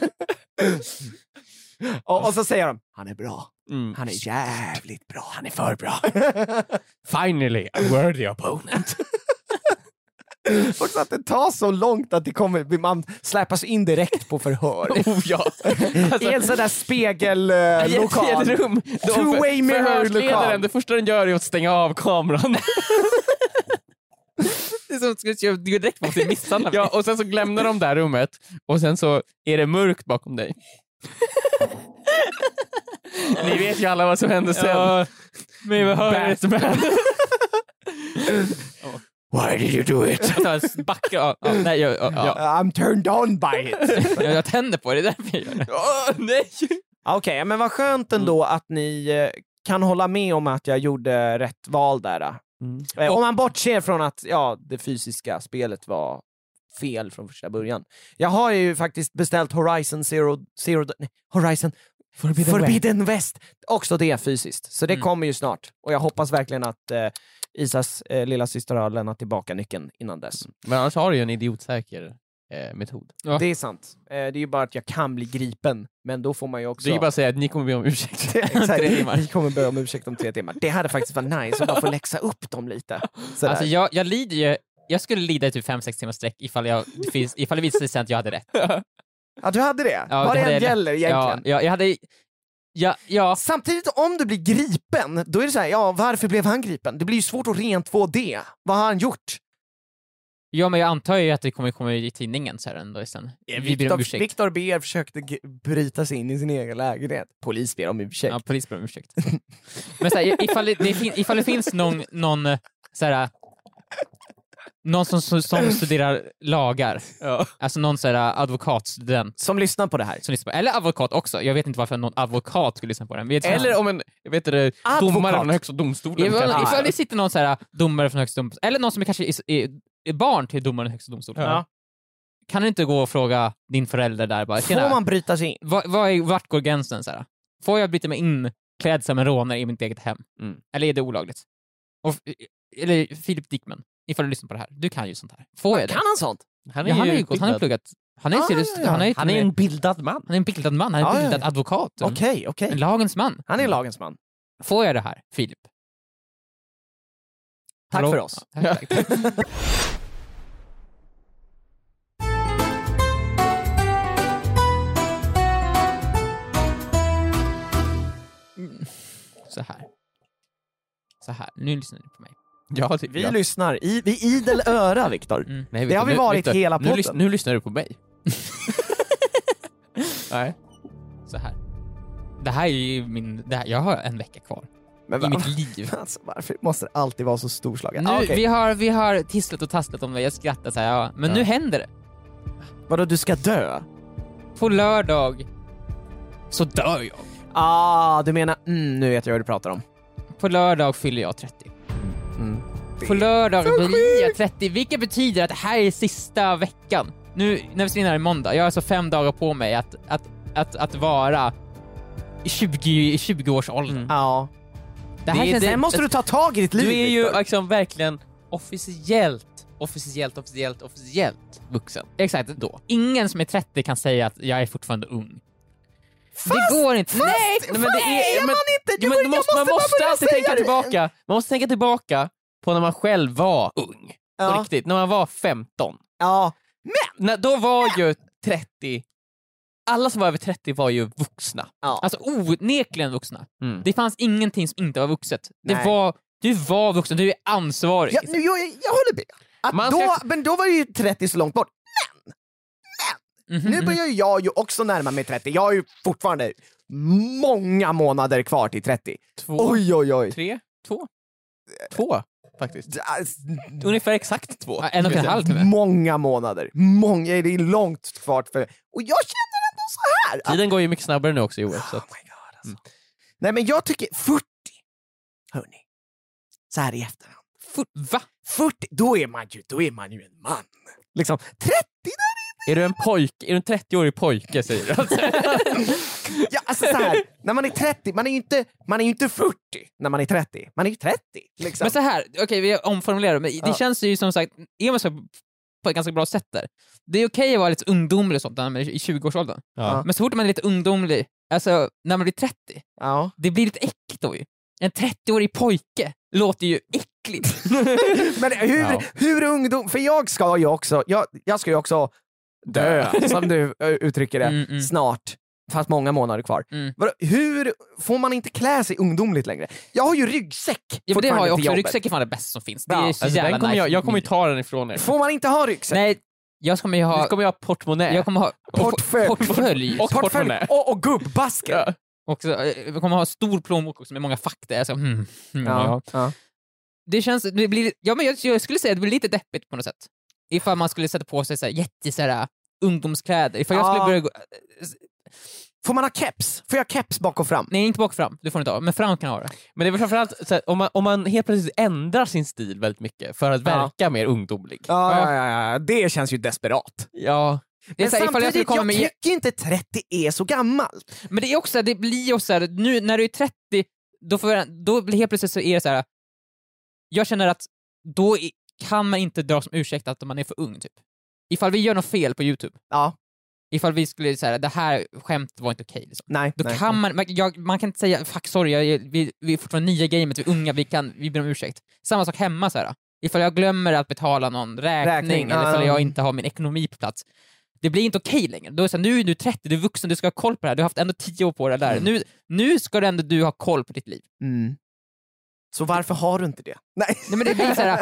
C: Och, och så säger de, han är bra.
B: Mm.
C: Han är jävligt bra.
B: Han är för bra. Finally, a worthy opponent.
C: Också att det tar så långt att det kommer, man släpas in direkt på förhör.
B: oh ja.
C: I en sån där eh, spegellokal.
B: rum.
C: Two-way mirror lokal.
B: Det första den gör är att stänga av kameran.
D: Det är som skulle jag direkt mot dig misshandla mig.
B: ja, och sen så lämnar de det här rummet och sen så är det mörkt bakom dig. Ni vet ju alla vad som hände sen.
D: Ja, men vad hör jag?
B: Batman.
C: Why did you do it?
D: Jag tar- Backar av. Ja, nej, jag, ja, ja.
C: Uh, I'm turned on by it.
D: Jag, jag tänder på det, det är därför jag gör det.
B: nej.
C: Okej, men vad skönt ändå att ni eh, kan hålla med om att jag gjorde rätt val där. eh. Eh, Om man bortser från att ja, det fysiska spelet var fel från första början. Jag har ju faktiskt beställt Horizon Zero... Zero nej, Horizon Forbidden, West. Också det fysiskt, så det
D: Mm.
C: kommer ju snart. Och jag hoppas verkligen att eh, Isas eh, lilla syster har lämnat tillbaka nyckeln innan dess.
B: Men annars har du ju en idiotsäker eh, metod.
D: Ja.
C: Det är sant. Eh, det är ju bara att jag kan bli gripen, men då får man ju också...
B: Det är ju bara att säga att ni kommer be om ursäkt.
C: Exakt.
D: Tre timmar.
C: Vi kommer be om ursäkt om tre timmar. Det hade faktiskt varit nice att bara få läxa upp dem lite. Sådär.
D: Alltså jag, jag lider ju, jag skulle lida i typ 5-6 timmars sträck ifall, jag, det finns- ifall det visade sig att jag hade rätt.
C: ja, du hade det?
D: Ja,
C: Vad
D: det
C: det
D: hade jag-
C: än gäller
D: Ja,
C: egentligen.
D: ja, jag hade... Ja, ja.
C: Samtidigt, om du blir gripen, då är det så här, ja varför blev han gripen? Det blir ju svårt att rentvå det. Vad har han gjort?
D: ja, men jag antar ju att det kommer komma i tidningen så här ändå sen. Vi ber om
C: Viktor,
D: ursäkt.
C: Viktor Ber försökte g- bryta sig in i sin egen lägenhet. Polis ber om ursäkt.
D: Ja, polis ber om ursäkt. Men så här, ifall, det, det, fin- ifall det finns någon, någon eh, så här, någon som, som studerar lagar, alltså någon så här, advokatstudent
C: Som lyssnar på det här.
D: som lyssnar på, eller advokat också, jag vet inte varför någon advokat skulle lyssna på den. Vi vet-
B: Eller om en vet du, det,
C: Advokat.
B: domare från Högsta domstolen
D: ifall,
B: kanske.
D: ifall det sitter någon så här, äh, domare från högsta domstolen, eller någon som är kanske är, är, är barn till domaren i högsta domstolen.
C: Ja.
D: Kan du inte gå och fråga din förälder där bara,
C: Får
D: "Tjena,
C: man bryta sig in?
D: vad, vad är, vart går gränsen? Så här? Får jag bryta mig in klädd som en rånare i mitt eget hem?
B: Mm.
D: Eller är det olagligt? Och, f- eller Filip Dickman, ifall du lyssnar på det här, du kan ju sånt här. Får jag det?
C: Kan han sånt?
B: Han
D: Ja, han, är ju, han har ju
B: utbildad.
D: pluggat. Han är, ju
C: Ah,
D: seriös-
C: ja, ja.
D: Han är, ju
B: han är en bildad man.
D: han är en bildad man, han är en
C: Ja, ja,
D: bildad advokat.
C: Okej, okej.
D: En lagens man.
C: Han
B: Mm.
C: är lagens man.
D: Får jag det här, Filip?
C: Tack
D: Hallå?
C: för oss.
D: Ja, tack, tack. Mm. Så här. Så här. Nu lyssnar ni på mig.
B: Ja, det,
C: Vi
B: ja.
C: lyssnar i, vi är idel öra, Viktor.
D: Mm.
B: Nej,
C: Det
B: Victor,
C: har vi varit
B: Victor,
C: hela
B: nu,
C: podden.
B: lys- nu lyssnar du på mig. Nej.
D: Så här. Det här är ju min... Det här, jag har en vecka kvar
C: Men
D: i
C: va-
D: mitt liv.
C: Alltså, varför måste det alltid vara så storslaget?
D: Nu,
C: Ah, okej.
D: vi, har, vi har tisslat och tasslat om det, jag skrattar så här, ja. men nu händer det.
C: Vadå, du ska dö?
D: På lördag så dör jag.
C: Ah, du menar, mm, nu vet jag vad du pratar om.
D: På lördag fyller jag 30.
C: Mm.
D: På lördag blir jag 30, vilket betyder att det här är sista veckan. Nu när vi spelar in i måndag, jag har alltså fem dagar på mig att, att, att, att vara i 20, i 20-årsåldern.
C: Ja.
D: Mm. Det här
B: Det är-
D: känns...
C: Sen måste du ta tag i ditt liv,
B: Du är ju
C: Viktor.
B: liksom verkligen officiellt, officiellt, officiellt, officiellt vuxen.
D: Exakt, då. Ingen som är 30 kan säga att jag är fortfarande ung. det går inte. nej,
B: Nej, men det är, men,
C: inte,
B: jo, men du måste, man
C: måste
B: måste
C: bara
B: alltid
C: säga
B: tänka
C: det.
B: tillbaka. Man måste tänka tillbaka på när man själv var ung. På
C: Ja.
B: riktigt, när man var 15.
C: Ja.
B: När, då var ju 30, alla som var över 30 var ju vuxna.
D: Alltså onekligen vuxna.
B: Mm.
D: Det fanns ingenting som inte var vuxet. Det
C: Nej.
D: var, du var vuxen, du är ansvarig.
C: Ja, nu, jag, jag håller med. Att
B: Man
C: då,
B: ska-
C: Men då var det ju 30 så långt bort.
D: Mhm,
C: Nu
D: mhm.
C: börjar ju jag ju också närma mig 30. Jag har ju fortfarande många månader kvar till 30.
B: Två,
C: Oj, oj, oj.
B: tre, två. Två, faktiskt. Ungefär exakt alltså, två.
D: Ja, en och en halv till och med.
C: Många månader. Många, det är långt kvar. För, och jag känner ändå så här. att-
B: Tiden går ju mycket snabbare nu också Joel. Typ, Så
C: Oh
B: att, Mm.
C: my God, alltså. Nej men jag tycker 40, hörni, så här i efterhand.
D: Fu- Va?
C: 40, då är man ju, då är man ju en man. Liksom, 30,
B: är du en pojke, är du en 30-årig pojke säger du? Alltså,
C: ja, alltså så här, när man är 30, man är ju inte, man är ju inte 40 när man är 30, man är ju 30. Liksom.
D: Men så här, okej vi omformulerar men det
C: Ja.
D: känns ju som sagt, är man så här på ett ganska bra sätt där. Det är okej att vara lite ungdomlig och sånt när man är i 20-årsåldern.
B: Ja.
D: Men så fort man är lite ungdomlig alltså, när man blir 30,
C: Ja.
D: det blir lite äckligt då ju. En 30-årig pojke låter ju äckligt.
B: Mm,
C: Men hur,
B: Ja.
C: hur ungdom... För jag ska ju också, jag, jag ska ju också dö, som du ö, uttrycker det,
D: Mm, mm.
C: snart. Fast många månader kvar.
D: Mm.
C: Vadå, Hur får man inte klä sig ungdomligt längre? Jag har ju ryggsäck
D: Ja, men det har
C: fortfarande
D: jag
C: till
D: också.
C: jobbet.
D: Ryggsäck är fan det bästa som finns. Det
C: Ja,
D: är så
B: Alltså,
D: jävla
B: den kommer
D: nice.
B: jag, jag kommer ju ta den ifrån er.
C: Får man inte ha ryggsäck?
D: Nej, jag kommer ju
B: Du
D: ha...
B: kommer ju ha portmonnä.
D: Jag kommer ha
C: Portfölj.
D: portfölj.
B: Och
C: Portfölj
B: portmonnä.
C: och, och gubbbasker.
B: Ja.
D: Också, eh, jag kommer ha stor plånbok också med många fack där. Jag ska, mm, mm, ja.
C: Ja. Ja.
D: Det känns, det blir, ja, men jag, jag skulle säga att det blir lite deppigt på något sätt. Ifall man skulle sätta på sig så här, jätte så här, ungdomskläder. Ifall jag
C: Ja.
D: skulle börja gå,
C: Får man ha keps? Får jag ha keps bak och fram?
D: nej inte bak och fram, du får inte ha, men fram kan jag ha det.
B: Men det är väl framförallt så här, om, man, om man helt plötsligt ändrar sin stil väldigt mycket för att
C: Ja.
B: verka mer ungdomlig.
C: Ja, ja, ja, ja. Det känns ju desperat.
B: Ja.
D: det är
C: Men
D: så här, ifall jag skulle
C: samtidigt,
D: komma
C: jag,
D: med,
C: tycker inte 30 är så gammalt.
D: men det är också, det blir också så här, nu när du är 30, då, får, jag- då blir helt plötsligt så är det så här. jag känner att då i- kan man inte dra som ursäkt att man är för ung typ. Ifall vi gör något fel på Youtube,
C: Ja,
D: ifall vi skulle säga det här skämtet var inte okej. Liksom.
C: nej.
D: Då
C: nej.
D: kan man, man, jag, man kan inte säga fuck sorry, jag, är- vi, vi är fortfarande nya i gamet, vi är unga, vi, kan, vi ber om ursäkt. Samma sak hemma så här. Ifall jag glömmer att betala någon räkning,
C: Räkning,
D: eller ifall
C: ja.
D: jag inte har min ekonomi på plats. Det blir inte okej längre. Då är det så här, nu är du 30, du är vuxen, du ska ha koll på det här, du har haft ändå 10 år på det där. Nu, nu ska du ändå du ha koll på ditt liv.
C: Mm. Så varför har du inte det? Nej.
D: Nej, men det blir så här,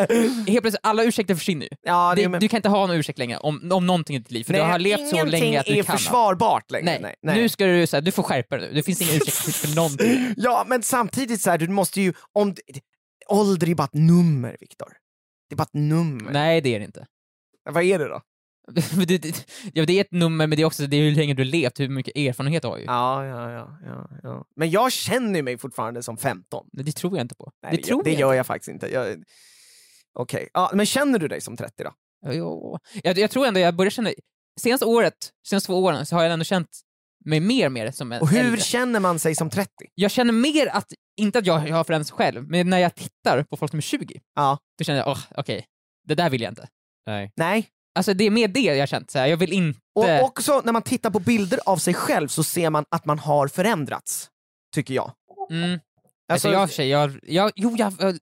D: helt plötsligt, alla ursäkter försvinner ju.
C: Ja,
D: Det, du kan inte ha någon ursäkt längre om, om någonting i ditt liv, för du har levt så länge att du
C: är
D: kan. allt.
C: försvarbart längre.
D: Nej. nu ska du så här, du får skärpa dig nu. Det finns ingen ursäkt för någonting.
C: Ja, men samtidigt så här, du måste ju... Om, du- ålder är bara ett nummer, Viktor. Det är bara ett nummer.
D: Nej, det är det inte.
C: Vad är det då?
D: Men det, det, ja, det är ett nummer, men det är också det är hur länge du har levt, hur mycket erfarenhet du har ju.
C: Ja, ja, ja, ja, ja. Men jag känner ju mig fortfarande som 15.
D: Nej, Det tror jag inte på.
C: Nej,
D: det tror
C: det
D: jag
C: gör jag faktiskt inte. Jag... Okej, ja, men känner du dig som 30 då?
D: inte. Jo. Jag, jag tror ändå jag börjar känna, senaste året, senaste två åren, så har jag ändå känt mig mer och mer som en
C: Och hur
D: äldre.
C: känner man sig som 30?
D: Jag känner mer att, inte att jag, jag har förändrats själv, men när jag tittar på folk som är 20,
C: Ja.
D: då känner jag, åh, okej, det där vill jag inte.
B: Nej.
C: Nej.
D: Alltså det är mer det jag har känt, så här, jag vill inte...
C: Och också när man tittar på bilder av sig själv så ser man att man har förändrats, tycker jag.
D: Mm.
C: Alltså-
D: Alltså, jag, tjej, jag, jag, jo, jag, jag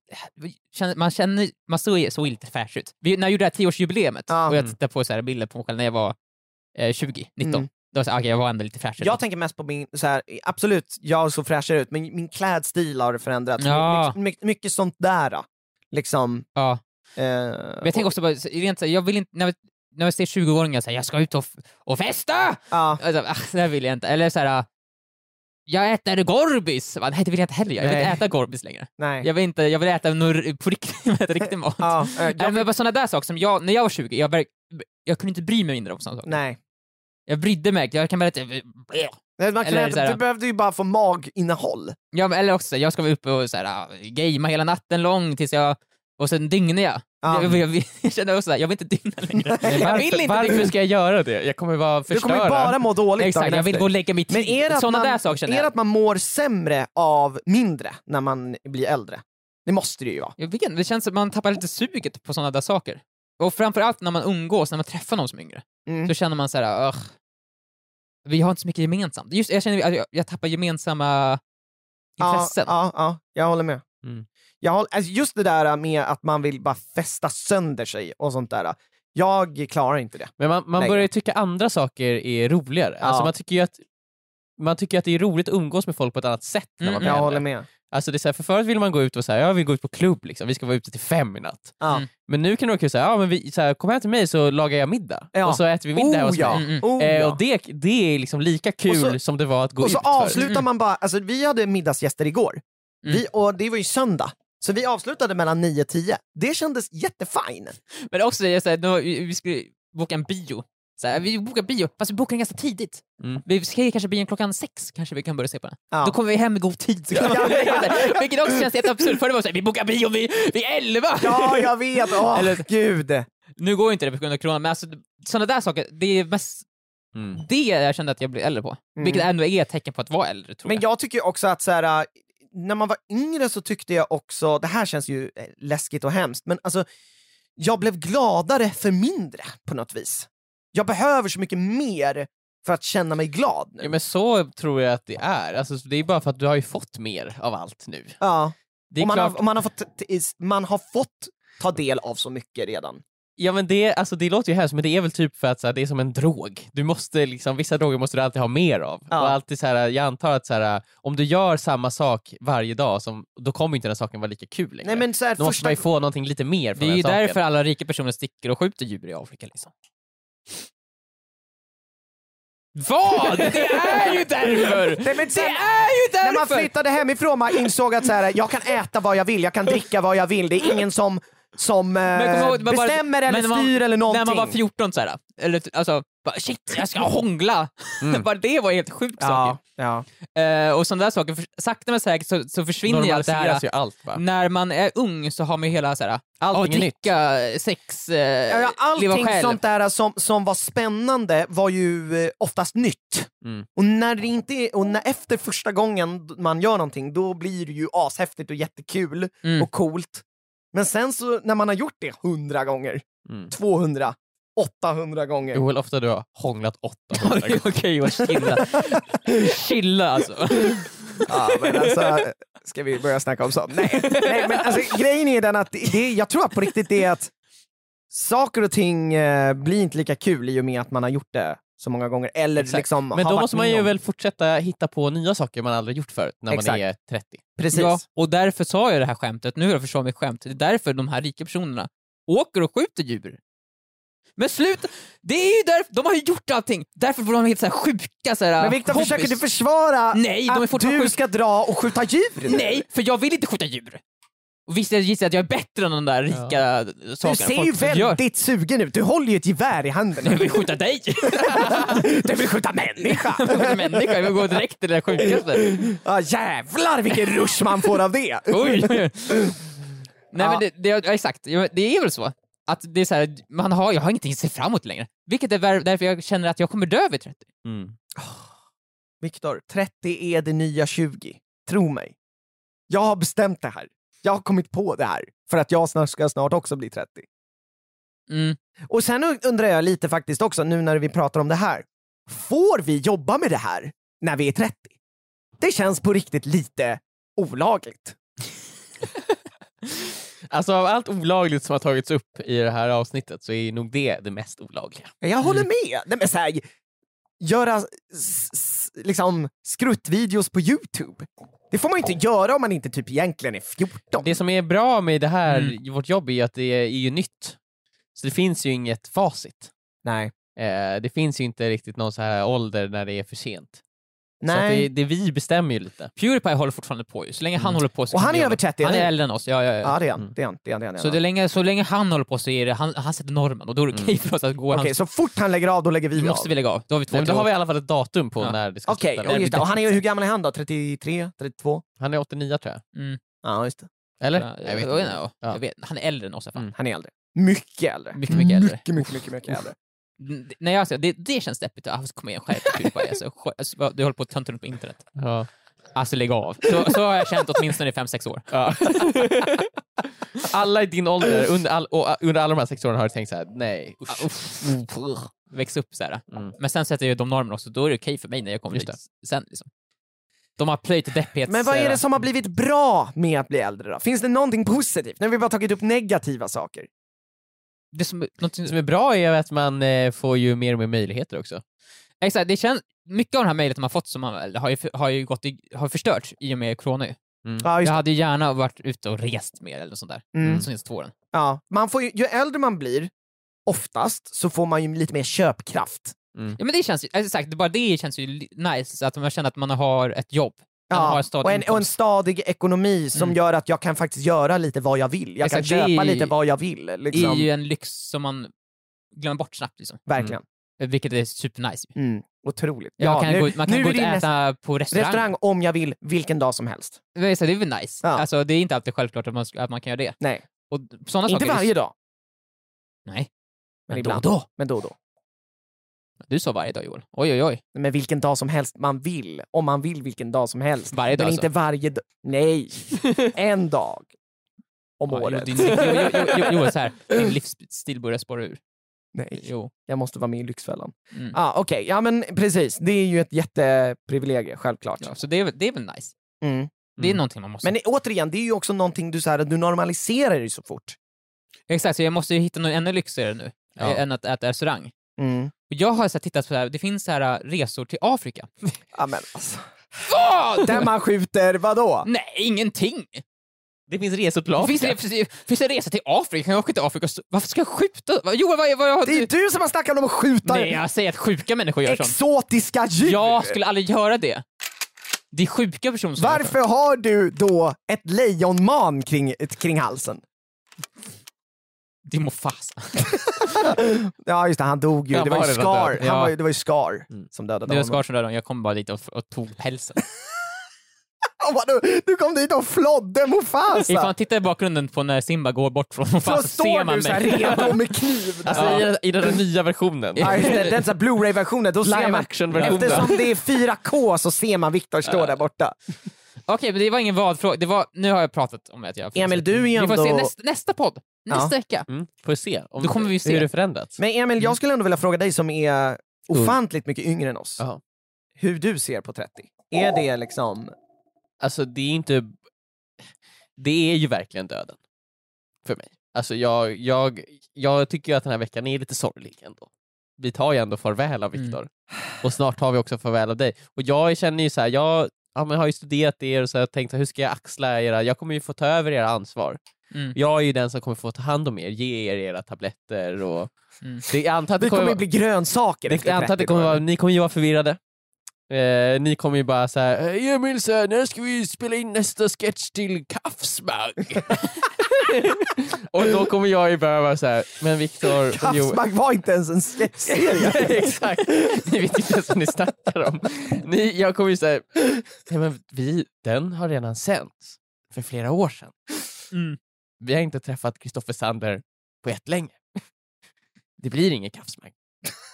D: känner, man känner, man såg, såg lite fräsch ut. Vi, när jag gjorde det här 10-årsjubileumet
C: Ja.
D: och jag
B: Mm.
D: tittade på så här bilder på mig själv när jag var eh, 20, 19,
C: Mm.
D: då var jag så här, okej, jag var ändå lite fräsch ut.
C: Jag tänker mest på min, så här, absolut, jag såg fräschare ut, men min klädstil har förändrats.
D: Ja.
C: My, my, mycket sånt där. Liksom.
D: ja.
C: Eh,
D: Men jag tänker också bara, så- rent så här, jag vill inte, när, jag- när jag ser 20-åringar säga jag ska ut och, f- och festa!
C: ja.
D: Alltså, ah, det här vill jag inte. Eller så här, ah, jag äter Gorbis! Va, Nej, det vill jag inte heller göra. Jag vill
C: Nej.
D: inte äta Gorbis längre.
C: Nej.
D: Jag vill, inte, jag vill äta, nor- på riktigt, jag vill äta riktig mat.
C: Ja, eh, jag-
D: Nej, men bara sådana där saker som jag, när jag var 20, jag, verk, jag kunde inte bry mig mindre om sådana saker.
C: nej.
D: Jag brydde mig, jag kan berätta...
C: Nej, Man kan
D: Eller
C: äta-
D: så här-
C: du behövde ju bara få maginnehåll.
D: Ja, men- eller också, jag ska vara uppe och så här, ah, gamea hela natten lång tills jag... Och sen dygnar jag.
C: Ja.
D: Jag, jag, jag känner också såhär, jag vill inte dygna längre. jag vill
B: Varför,
D: inte dygna.
B: varför ska jag göra det? Jag kommer bara förstöra.
C: Du kommer ju bara må dåligt
D: Exakt,
C: dagen
D: jag vill
C: efter.
D: gå och lägga mig
C: Men är det,
D: tidigt.
C: att
D: Sådana
C: man,
D: där saker känner
C: är det
D: jag.
C: att man mår sämre av mindre när man blir äldre? Det måste det ju vara.
D: Jag vet, inte, det känns som att man tappar lite suget på sådana där saker. Och framförallt när man umgås, när man träffar någon som är yngre.
C: Mm.
D: Då känner man så här, "Ugh, vi har inte så mycket gemensamt. Just jag känner att jag, jag tappar gemensamma intressen.
C: Ja, ja, ja jag håller med.
B: Mm.
C: Jag håller, alltså just det där med att man vill bara fästa sönder sig och sånt där. Jag klarar inte det.
B: Men man, man
C: Nej.
B: börjar ju tycka andra saker är roligare. Alltså
C: Ja.
B: man, tycker ju att, man tycker ju att det är roligt att umgås med folk på ett annat sätt när
D: Mm,
B: man blir
C: Jag
B: äldre.
C: håller med.
B: Alltså det är så här, för förut ville man gå ut och säga, ja vi går ut på klubb liksom, vi ska vara ute till fem i natt.
C: Ja.
D: Mm.
B: Men nu kan det vara kul att säga, ja men vi, så här, kom hem till mig så lagar jag middag.
C: Ja.
B: Och så äter vi middag
C: Oh
B: hos
C: ja!
B: mig.
D: Mm, mm.
C: Oh,
B: Eh,
C: ja.
B: och det, det är liksom lika kul
C: Och så-
B: som det var att gå
C: Och så
B: ut förut.
C: avslutar man bara, alltså vi hade middagsgäster igår,
D: Mm.
C: vi, och det var ju söndag. Så vi avslutade mellan 9 och 10. Det kändes jättefine.
D: Men också, jag säger, då, vi vi skulle boka en bio. Så här, vi bokar bio, fast vi bokar den ganska tidigt.
B: Mm.
D: Vi ska ju kanske bio klockan sex, kanske vi kan börja se på den.
C: Ja.
D: Då kommer vi hem i god tid. Så kan man Vilket också känns jätteabsurt. Förr var det så här, vi bokar bio vid, vid elva!
C: Ja, jag vet! Åh,
D: Eller-
C: gud!
D: Nu går ju inte det på grund av corona, men alltså, sådana där saker, det är mest
B: Mm.
D: det jag kände att jag blev äldre på. Vilket ändå är ett tecken på att vara äldre, tror
C: Men jag tycker ju också att så här, äh, när man var yngre så tyckte jag också, det här känns ju eh, läskigt och hemskt, men alltså jag blev gladare för mindre på något vis. Jag behöver så mycket mer för att känna mig glad nu.
B: Ja, men så tror jag att det är. Alltså, det är bara för att du har ju fått mer av allt nu.
C: Ja.
B: Det är
C: Och man,
B: klart,
C: har, och man, har fått, t- is- man har fått ta del av så mycket redan.
B: ja, men det, alltså, det låter ju hemskt, men det är väl typ för att så här, det är som en drog. Du måste, liksom, vissa droger måste du alltid ha mer av.
C: Ja.
B: Och alltid, så här, jag antar att så här, om du gör samma sak varje dag, som, då kommer inte den saken vara lika kul längre.
C: Nej, men så här,
B: då måste
C: första...
B: man ju få någonting lite mer från
D: Det är
B: den
D: ju
B: saken.
D: därför alla rika personer sticker och skjuter djur i Afrika liksom. Vad? Det är ju därför!
C: Nej, men sen,
D: är ju
C: när man flyttade hemifrån man insåg att så här, jag kan äta vad jag vill, jag kan dricka vad jag vill. Det är ingen som, som eh,
D: Men kom ihåg, det var bara-
C: bestämmer eller
D: men när man-
C: styr eller någonting.
D: När man var 14 såhär, eller t- alltså, bara, shit jag ska hångla! bara det var helt sjukt
C: Mm. ja,
D: saker.
C: ja.
D: Eh, och sådana där saker, för, sakta men säkert så, så försvinner ju allt det här. Mm.
B: Normaliseras ju allt va?
D: När man är ung så har man ju hela såhär,
B: Allting
D: allting
B: är
D: dricka, sex, eh,
C: Ja, ja,
D: leva
C: Allting
D: själv.
C: sånt där som, som var spännande var ju eh, oftast nytt.
B: Mm.
C: Och, när det inte är, och när efter första gången man gör någonting, då blir det ju ashäftigt och jättekul
D: Mm.
C: och coolt. Men sen så när man har gjort det hundra gånger,
B: Mm.
C: 200, 800 gånger.
B: Joel, ofta du har hånglat 800 gånger.
D: Okej, Okej Johan, chilla. chilla alltså.
C: Ja, men alltså, ska vi börja snacka om sånt? Nej, nej men alltså, grejen är den att det, det, jag tror på riktigt det är att saker och ting eh, blir inte lika kul i och med att man har gjort det så många gånger. Eller
B: Exakt.
C: liksom
B: Men
C: har
B: då
C: varit
B: måste man
C: med
B: ju
C: om.
B: väl fortsätta hitta på nya saker man aldrig gjort förut när man
C: Exakt.
B: är 30.
C: Precis.
D: Ja, och därför sa jag det här skämtet, nu har jag förstått mitt skämt. Det är därför de här rika personerna åker och skjuter djur. Men sluta! Det är ju därför, de har ju gjort allting, därför får de helt så här sjuka så här,
C: Men Viktor,
D: hobbies.
C: försöker du försvara
D: Nej, de är
C: att
D: fortfarande
C: du
D: sjuka.
C: ska dra och skjuta djur?
D: Nej, för jag vill inte skjuta djur! Och visst jag gissar att jag är bättre än de där rika ja. sakerna.
C: Du ser
D: folk
C: ju
D: som gör.
C: väldigt sugen ut, du håller ju ett gevär i handen.
D: Jag vill skjuta dig!
C: Du vill skjuta människa!
D: Jag vill skjuta människa, jag vill gå direkt till det där sjukaste.
C: Ja, jävlar vilken rush man får av det!
D: Oj! Nej
C: Ja.
D: men det, det, ja, exakt, Ja, det är väl så. Att det är så här, man har, jag har ingenting att se fram emot längre. Vilket är vär- därför jag känner att jag kommer dö vid 30.
C: Viktor, 30 är det nya 20. Tro mig. Jag har bestämt det här. Jag har kommit på det här. För att jag snart ska snart också bli 30.
D: Mm.
C: Och sen und- undrar jag lite faktiskt också, nu när vi pratar om det här. Får vi jobba med det här när vi är 30? Det känns på riktigt lite olagligt.
B: Alltså av allt olagligt som har tagits upp i det här avsnittet så är ju nog det det mest olagliga.
C: Jag håller med. Nej, men så här, göra s- s- liksom skruttvideos på Youtube. Det får man ju inte göra om man inte typ egentligen är 14.
B: Det som är bra med det här,
D: Mm.
B: vårt jobb, är ju att det är ju nytt. Så det finns ju inget facit.
C: Nej.
B: Eh, det finns ju inte riktigt någon så här ålder när det är för sent. Så att det,
C: Nej.
B: det vi bestämmer ju lite.
D: Pewdiepie håller fortfarande på ju, så länge han håller på så
C: Och
D: kan
C: han
D: vi
C: är
D: göra
C: över
D: något.
C: 30,
D: Han
C: eller
D: är
C: hur?
D: äldre än oss, ja, ja, ja.
C: Ja, det är han.
B: Mm.
C: Det är han. Det är han, det är han, det är
D: Så,
C: han.
D: det länge, så länge han håller på så är det, han, han sätter normen och då är det okej för oss att gå.
C: Mm. Okej,
D: Okay,
C: så fort han lägger av, då lägger vi
D: han,
C: av.
D: måste vi lägga av, då har vi två
B: Nej, men då
D: till
B: har
D: år.
B: vi i alla fall ett datum på
D: Ja.
B: när det ska
C: Okej,
B: sluta.
C: och just det. Och han är, hur gammal är han då? 33? 32?
B: Han är 89 tror jag.
C: Ja, just det.
B: Eller?
D: Mm. Ja,
B: jag vet
D: jag vet
B: inte.
D: inte.
B: Ja.
D: Jag vet, han är äldre än oss i alla fall.
B: Mm.
C: Han är äldre. Mycket äldre.
D: Mycket, mycket äldre.
C: Mycket, mycket, mycket, mycket äldre.
D: Mm, Nej, alltså, det, det känns deppigt. Ah, Kom igen, skärp dig, Pewdiepie. Alltså, skär- alltså, vad- du håller på att tönta runt på internet.
B: Ja.
D: Alltså lägg av. Så, så har jag känt åtminstone i 5-6 år.
B: Ja. alla i din ålder, under, all, och, uh, under alla de här sex åren har du tänkt så här: nej, usch.
D: Växa upp så här.
B: Mm.
D: Men sen sätter jag ju de normerna också, då är det okej för mig när jag kommer
B: Just
D: dit sen. Liksom. De har plöjt deppighets...
C: Men vad är det som har blivit bra med att bli äldre då? Finns det någonting positivt? Nu har vi bara tagit upp negativa saker.
D: Det som, någonting som
B: Det som är bra är att man eh, får ju mer och mer möjligheter också.
D: exakt, det känns, mycket av de här mejlen man fått som man, väl har, ju, har ju gått i, har förstörts i och med corona. ju.
C: Ja, just
D: Jag
C: det.
D: hade ju gärna varit ute och rest mer eller något sånt där.
C: Mm.
D: Som inte tvåren.
C: Ja. Man får ju, ju äldre man blir, oftast, så får man ju lite mer köpkraft.
D: Ja men det känns ju, alltså, exakt, det- bara det känns ju li- nice, så att man känner att man har ett jobb. Man har
C: Ja.
D: en stadig
C: Och, en, och en
D: inkomst.
C: stadig ekonomi som
D: Mm.
C: gör att jag kan faktiskt göra lite vad jag vill. Jag
D: Exakt, det
C: kan
D: är mm.
C: köpa
D: ju-
C: lite vad jag vill.
D: Det är
C: Liksom.
D: ju en lyx som man glömmer bort snabbt liksom.
C: Verkligen.
D: Vilket är supernice. ju.
C: Mm. Otroligt.
D: Jag
C: Ja,
D: kan
C: nu-
D: gå, ut- man kan
C: nu
D: gå
C: är
D: ut
C: det
D: och
C: ju
D: äta
C: nästan-
D: på restaurang.
C: Restaurang om jag vill, vilken dag som helst.
D: Det är, så, det är väl nice.
C: Ja.
D: Alltså, det är inte alltid självklart att man, att man kan göra det.
C: Nej,
D: Och sådana
C: inte
D: saker, är-
C: varje dag.
D: Nej.
C: Men
D: Men då och
C: ibland.
D: då.
C: Men då och då.
D: Du sa varje dag Joel. Oj oj oj.
C: Men vilken dag som helst man vill. Om man vill vilken dag som helst.
D: Varje dag
C: Men
D: alltså.
C: inte varje dag. Nej, en dag om
D: Ja, jo,
C: året.
D: din- jo, jo, jo, jo, Joel, så här. Din livsstil börjar spåra ur.
C: Nej,
D: Jo.
C: jag måste vara med i Lyxfällan.
D: Mm.
C: Ah, Okej, ja men precis. Det är ju ett jätteprivilegium, självklart.
D: Ja, så det är, väl- det är väl nice.
C: Mm.
D: Det är någonting man måste...
C: Men det- återigen, det är ju också någonting du, så här, du normaliserar det så fort.
D: Exakt, så jag måste ju hitta något ännu lyxigare nu eh,
B: Ja.
D: än att äta restaurang.
C: Mm.
D: Och jag har så här tittat på det här, det finns så här äh, resor till Afrika.
C: Ja, men, alltså.
D: Vad?
C: Där man skjuter, vadå?
D: Nej, ingenting!
B: Det finns resor till Afrika.
D: Finns det, finns- finns det en resa till Afrika? Kan jag åka till Afrika? och s- Varför ska jag skjuta? Va- Johan, vad, vad, vad,
C: Det är ju du som har snackat om att skjuta
D: Nej, jag säger att sjuka människor gör sånt.
C: exotiska djur!
D: Jag skulle aldrig göra det. Det är sjuka personer som gör
C: Varför har du då ett lejonman kring, kring halsen?
D: sånt. Det är Mufasa.
C: Ja just det, han dog ju.
B: Ja,
C: det var
B: var
C: ju
B: det var
C: Scar,
B: död.
C: han
D: Ja.
C: var, ju- det var ju Scar
B: Mm.
C: som dödade
D: Det var
C: honom.
D: Scar som dödade honom, jag kom bara dit och, och tog pälsen.
C: Ja, vadå? du kom dit och flodde
D: Ifall man
C: Mufasa!
D: tittar i bakgrunden på när Simba går bort från
C: Så
D: Mufasa så ser
C: står
D: man
C: du såhär
D: mig.
C: redo med kniv.
B: Alltså i, den- i den här nya versionen.
C: Ja, just det, den så här Blu-ray-versionen, då ser
B: Live
C: man.
B: action-versionen.
C: Eftersom det är 4K så ser man Viktor stå där borta.
D: Okej, men det var ingen vadfråga. Det var, nu har jag pratat om att jag...
C: Emil, du är ju
D: Vi får se
C: ändå-
D: nästa, nästa podd. Nästa vecka.
B: Mm. Får vi se om
D: Då kommer vi se.
B: hur det förändrats.
C: Men Emil, jag skulle ändå vilja fråga dig som är ofantligt mycket yngre än oss.
B: Jaha.
C: Hur du ser på 30. Är det liksom...
B: Alltså det är inte... Det är ju verkligen döden. För mig. Alltså jag, jag, jag tycker ju att den här veckan är lite sorglig ändå. Vi tar ju ändå farväl av
D: Mm.
B: Viktor. Och snart tar vi också farväl av dig. Och jag känner ju så här, jag ja, men har ju studerat er och så har jag tänkt hur ska jag axla era, jag kommer ju få ta över era ansvar.
D: Mm.
B: Jag är ju den som kommer få ta hand om er, ge er era tabletter och...
D: Mm.
B: Det, jag antar att det
C: Vi kommer
B: kommer,
C: ju bli grönsaker
B: det, jag
C: efter
B: antar att det
C: 30
B: kommer
C: då.
B: vara, ni kommer ju vara förvirrade. Eh, ni kommer ju bara såhär, "Hej, Emil, så här, när ska vi spela in nästa sketch till Kafsmag? och då kommer jag ju börja vara såhär, men Viktor... jo."
C: Havsbank var inte ens en sketchserie.
B: Exakt, ni vet inte ens vad ni snackar om. Ni, jag kommer ju säga, nej men vi, den har redan sänts för flera år sedan.
D: Mm.
B: Vi har inte träffat Kristoffer Sander på ett länge. Det blir ingen kaffsmäng.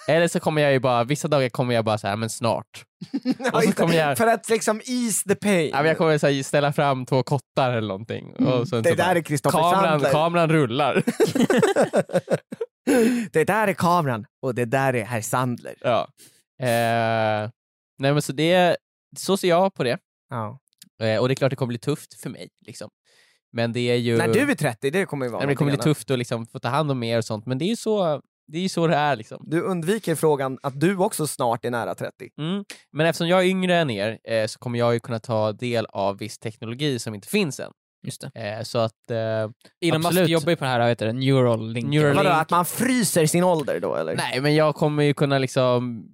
B: Eller så kommer jag ju bara, vissa dagar kommer jag bara så här, men snart. Och så kommer jag,
C: För att liksom ease the pain.
B: ja, men jag kommer så här, ställa fram två kottar eller någonting. Och sen
C: Mm. det
B: så
C: där
B: bara,
C: är Kristoffer
B: kameran,
C: Sandler.
B: kameran rullar.
C: det där är kameran och det där är herr Sandler.
B: ja. eh, nej men så det, så ser jag på det.
C: Ja.
B: Eh, Och det är klart det kommer bli tufft för mig. Liksom. Men det är ju...
C: När du är 30, det kommer ju vara
B: Nej, men det kommer bli
C: någonting
B: tufft att liksom få ta hand om er och sånt, men det är ju så det, är ju så det är. Liksom.
C: annat. Du undviker frågan att du också snart är nära 30.
B: Mm. Men eftersom jag är yngre än er eh, så kommer jag ju kunna ta del av viss teknologi som inte finns än.
D: Just det.
B: Eh, så att... Eh,
D: Elon Musk
B: Absolut.
D: jobbar ju på den här, vad heter det, neural link.
B: Neural-
C: Vadå,
B: Link.
C: att man fryser sin ålder då eller?
B: nej, men jag kommer ju kunna liksom...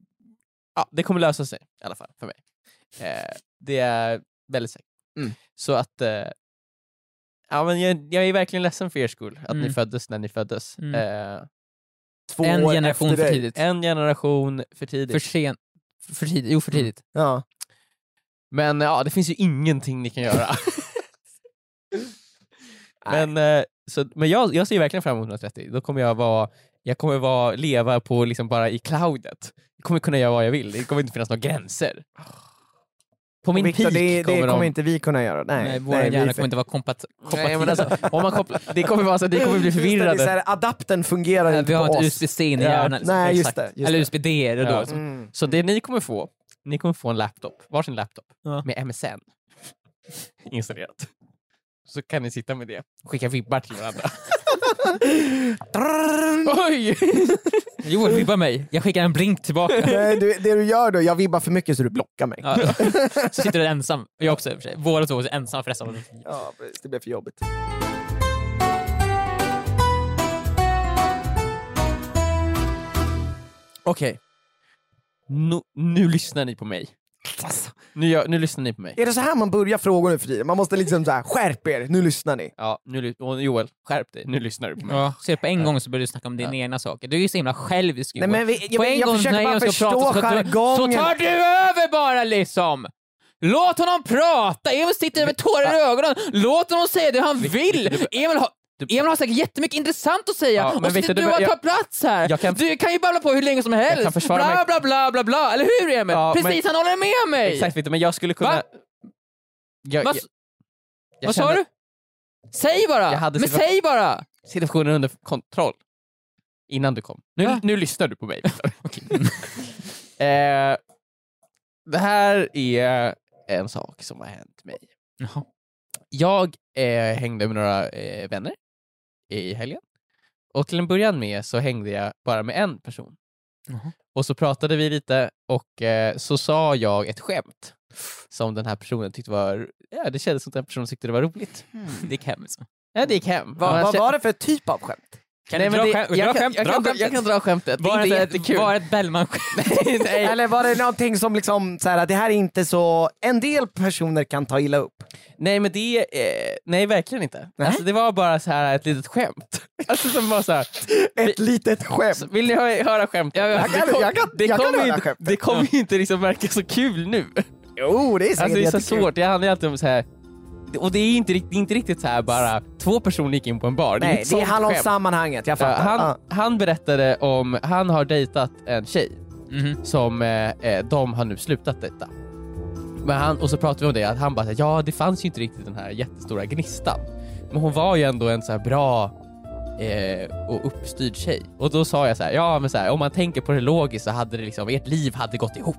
B: Ja, det kommer lösa sig i alla fall för mig. Eh, det är väldigt säkert.
C: Mm.
B: Så att... Eh, ja, men jag, jag är verkligen ledsen för er skull, att
D: Mm.
B: ni föddes när ni föddes.
D: Mm.
B: Eh,
C: Två
D: En
C: år
D: generation
C: efter
D: för
C: dig.
D: tidigt.
B: En generation för tidigt.
D: För sent. För tidigt. Jo, för
C: Mm.
D: tidigt.
C: Ja.
B: Men ja, det finns ju ingenting ni kan göra. men eh, så, men jag, jag ser verkligen fram emot 130. Då kommer jag vara, jag kommer vara, leva på liksom bara i cloudet. Jag kommer kunna göra vad jag vill. Det kommer inte finnas några gränser. På min
C: Victor,
B: peak
C: det, det
B: kommer
C: kommer
B: de...
C: inte vi kunna göra. Nej,
D: Nej, vår
C: nej, vi-
D: hjärna kommer inte vara kompat
B: Nej,
D: kompatibel.
B: men alltså, om man kopplar, det kommer vara så att ni kommer bli
C: Just det, det är så
B: förvirrade.
C: här, adaptern fungerar
D: Nej,
C: inte
D: vi har
C: på
D: inte
C: oss.
D: USB-C in i
C: Ja,
D: hjärnan. liksom.
C: nej, just
D: Exakt.
C: det, just
D: Eller
C: det.
D: USB-D är det
B: Ja.
D: då. Liksom.
C: Mm.
B: Så det ni kommer få, ni kommer få en laptop, varsin laptop
D: Ja.
B: med MSN installerat. Så kan ni sitta med det och skicka vibbar till varandra. Oj!
D: Joel vibbar mig. Jag skickar en blink tillbaka.
C: Nej, du, det du gör då, jag vibbar för mycket så du blockar mig.
D: Ja. Så sitter du ensam. Jag också i och för sig. Båda två är ensamma för resten av livet.
C: Ja, precis. det blev för jobbigt.
B: Okej. Nu, nu lyssnar ni på mig.
C: Alltså,
B: Nu, gör, nu lyssnar ni på mig.
C: är det så här man börjar frågor nu för tiden? Man måste liksom så här, skärp er, nu lyssnar ni.
B: Ja, nu, ly- och Joel, skärp dig. Nu lyssnar du på mig.
D: Ja. Så på en gång så börjar du snacka om dina egna saker. Du är ju så himla självisk
C: Nej,
D: Joel.
C: men vi, jag,
D: på
C: jag,
D: en gång
C: försöker
D: när
C: bara
D: jag ska
C: förstå
D: prata så tar, så
C: jargongen.
D: tar du över bara liksom! Låt honom prata! Emil sitter med tårar i ögonen. Låt honom säga det han vill! Emil har, Emil har säkert jättemycket intressant att säga
B: Ja, men
D: och så
B: Victor,
D: sitter du
B: du-
D: och
B: jag-
D: tar plats här.
B: jag kan-
D: du kan ju babbla på hur länge som
B: kan
D: helst.
B: försvara
D: Bla,
B: mig.
D: bla, bla, bla, bla. Eller hur Emil?
B: Ja, men-
D: Precis, han håller med mig!
B: Exakt Victor, men jag skulle kunna...
D: Va?
B: Jag,
D: Vad,
B: jag, jag
D: vad sa
B: kände
D: du? Säg bara!
B: Jag hade
D: Men
B: situa-
D: säg bara!
B: Situationen under kontroll. Innan du kom. Nu,
D: Ja.
B: nu lyssnar du på mig. eh, det här är en sak som har hänt mig.
D: Jaha.
B: Jag eh, hängde med några eh, vänner i helgen. Och till en början med så hängde jag bara med en person.
D: Jaha.
B: Och så pratade vi lite och eh, så sa jag ett skämt som den här personen tyckte var... Ja, det kändes som den här personen tyckte det liksom. var roligt.
D: Det kan jag så.
B: Ja, Alltså- det gick hem.
C: Vad,
B: Man
C: vad
B: kä-
C: var det för typ av skämt?
D: Kan
B: Nej,
D: du dra
B: men det-
D: skämt?
B: jag
D: Dra
B: kan-
D: skämt?
B: Jag
D: Dra
B: kan dra-
D: skämt?
B: jag kan dra skämtet. Det är
D: Var
B: inte
D: det ett,
B: jättekul.
D: var ett Bellman-skämt?
B: Nej.
C: Eller var det någonting som liksom, så här, att det här är inte så, en del personer kan ta illa upp?
B: Nej men det, eh, nej verkligen inte.
C: Nej.
B: Alltså, det var bara så här ett litet skämt. Alltså som var så här,
C: Ett litet skämt.
B: så, vill ni hö- höra skämtet?
C: Alltså,
B: Alltså,
C: Jag kan-
B: det
C: jag kan-
B: kom- det
C: jag kan
B: kommer ju
C: höra
B: inte-
C: skämtet.
B: Det kommer ju inte liksom verka så kul nu.
C: Jo, det är säkert
B: Alltså det är så
C: jättekul.
B: svårt, det handlar ju alltid om så här. Och det är inte, rikt- det är inte riktigt så här bara två personer gick in på en bar.
C: Nej,
B: inget
C: det
B: sånt
C: handlar om
B: skämt.
C: sammanhanget, jag
B: Ja,
C: fattar.
B: Eh, han,
C: Ja.
B: han berättade om, han har dejtat en tjej som eh, eh, de har nu slutat dejta. Men han, och så pratade vi om det, att han bara så här, ja det fanns ju inte riktigt den här jättestora gnistan. Men hon var ju ändå en så här bra eh, och uppstyrd tjej. Och då sa jag så här, ja men så här, om man tänker på det logiskt så hade det liksom, ert liv hade gått ihop.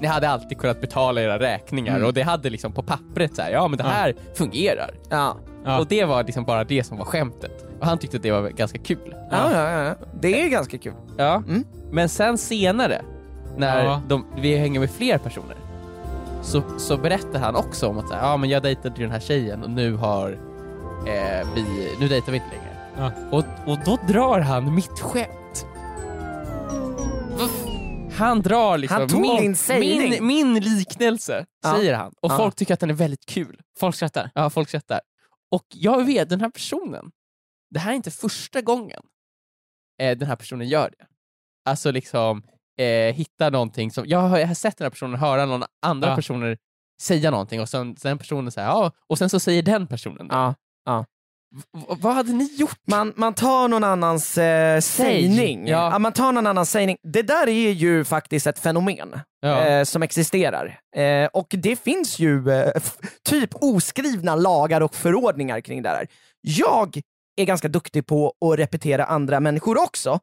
B: Ni hade alltid kunnat betala era räkningar och det hade liksom på pappret så här, ja men det här fungerar.
C: Ja.
D: Ja.
B: Och det var liksom bara det som var skämtet. Och han tyckte att det var ganska kul.
C: Ja, ja, ja. Det är ganska kul.
B: Ja.
C: Mm.
B: Men sen senare, när
D: Ja.
B: de, vi hänger med fler personer, så, så berättar han också om att så här, ja men jag dejtade ju den här tjejen och nu har eh, vi, nu dejtar vi inte längre.
D: Ja.
B: Och, och då drar han mitt skämt. Han drar liksom
C: Han tog din
B: min,
C: sägning.
B: min, min liknelse,
C: Ja.
B: säger han. Och
C: Ja.
B: folk tycker att den är väldigt kul.
D: Folk skrattar.
B: Ja, folk skrattar. Och jag vet, den här personen, det här är inte första gången eh, den här personen gör det. Alltså liksom eh, hitta någonting som, jag har, jag har sett den här personen höra någon andra
D: Ja.
B: personer säga någonting och sen, sen personen säger ja, och sen så säger den personen det.
C: Ja, ja.
B: V- vad hade ni gjort?
C: Man, man tar någon annans eh, sägning.
B: ja.
C: man tar någon annans sägning. Det där är ju faktiskt ett fenomen eh, som existerar. Eh, och det finns ju eh, f- typ oskrivna lagar och förordningar kring det där. Jag är ganska duktig på att repetera andra människor också,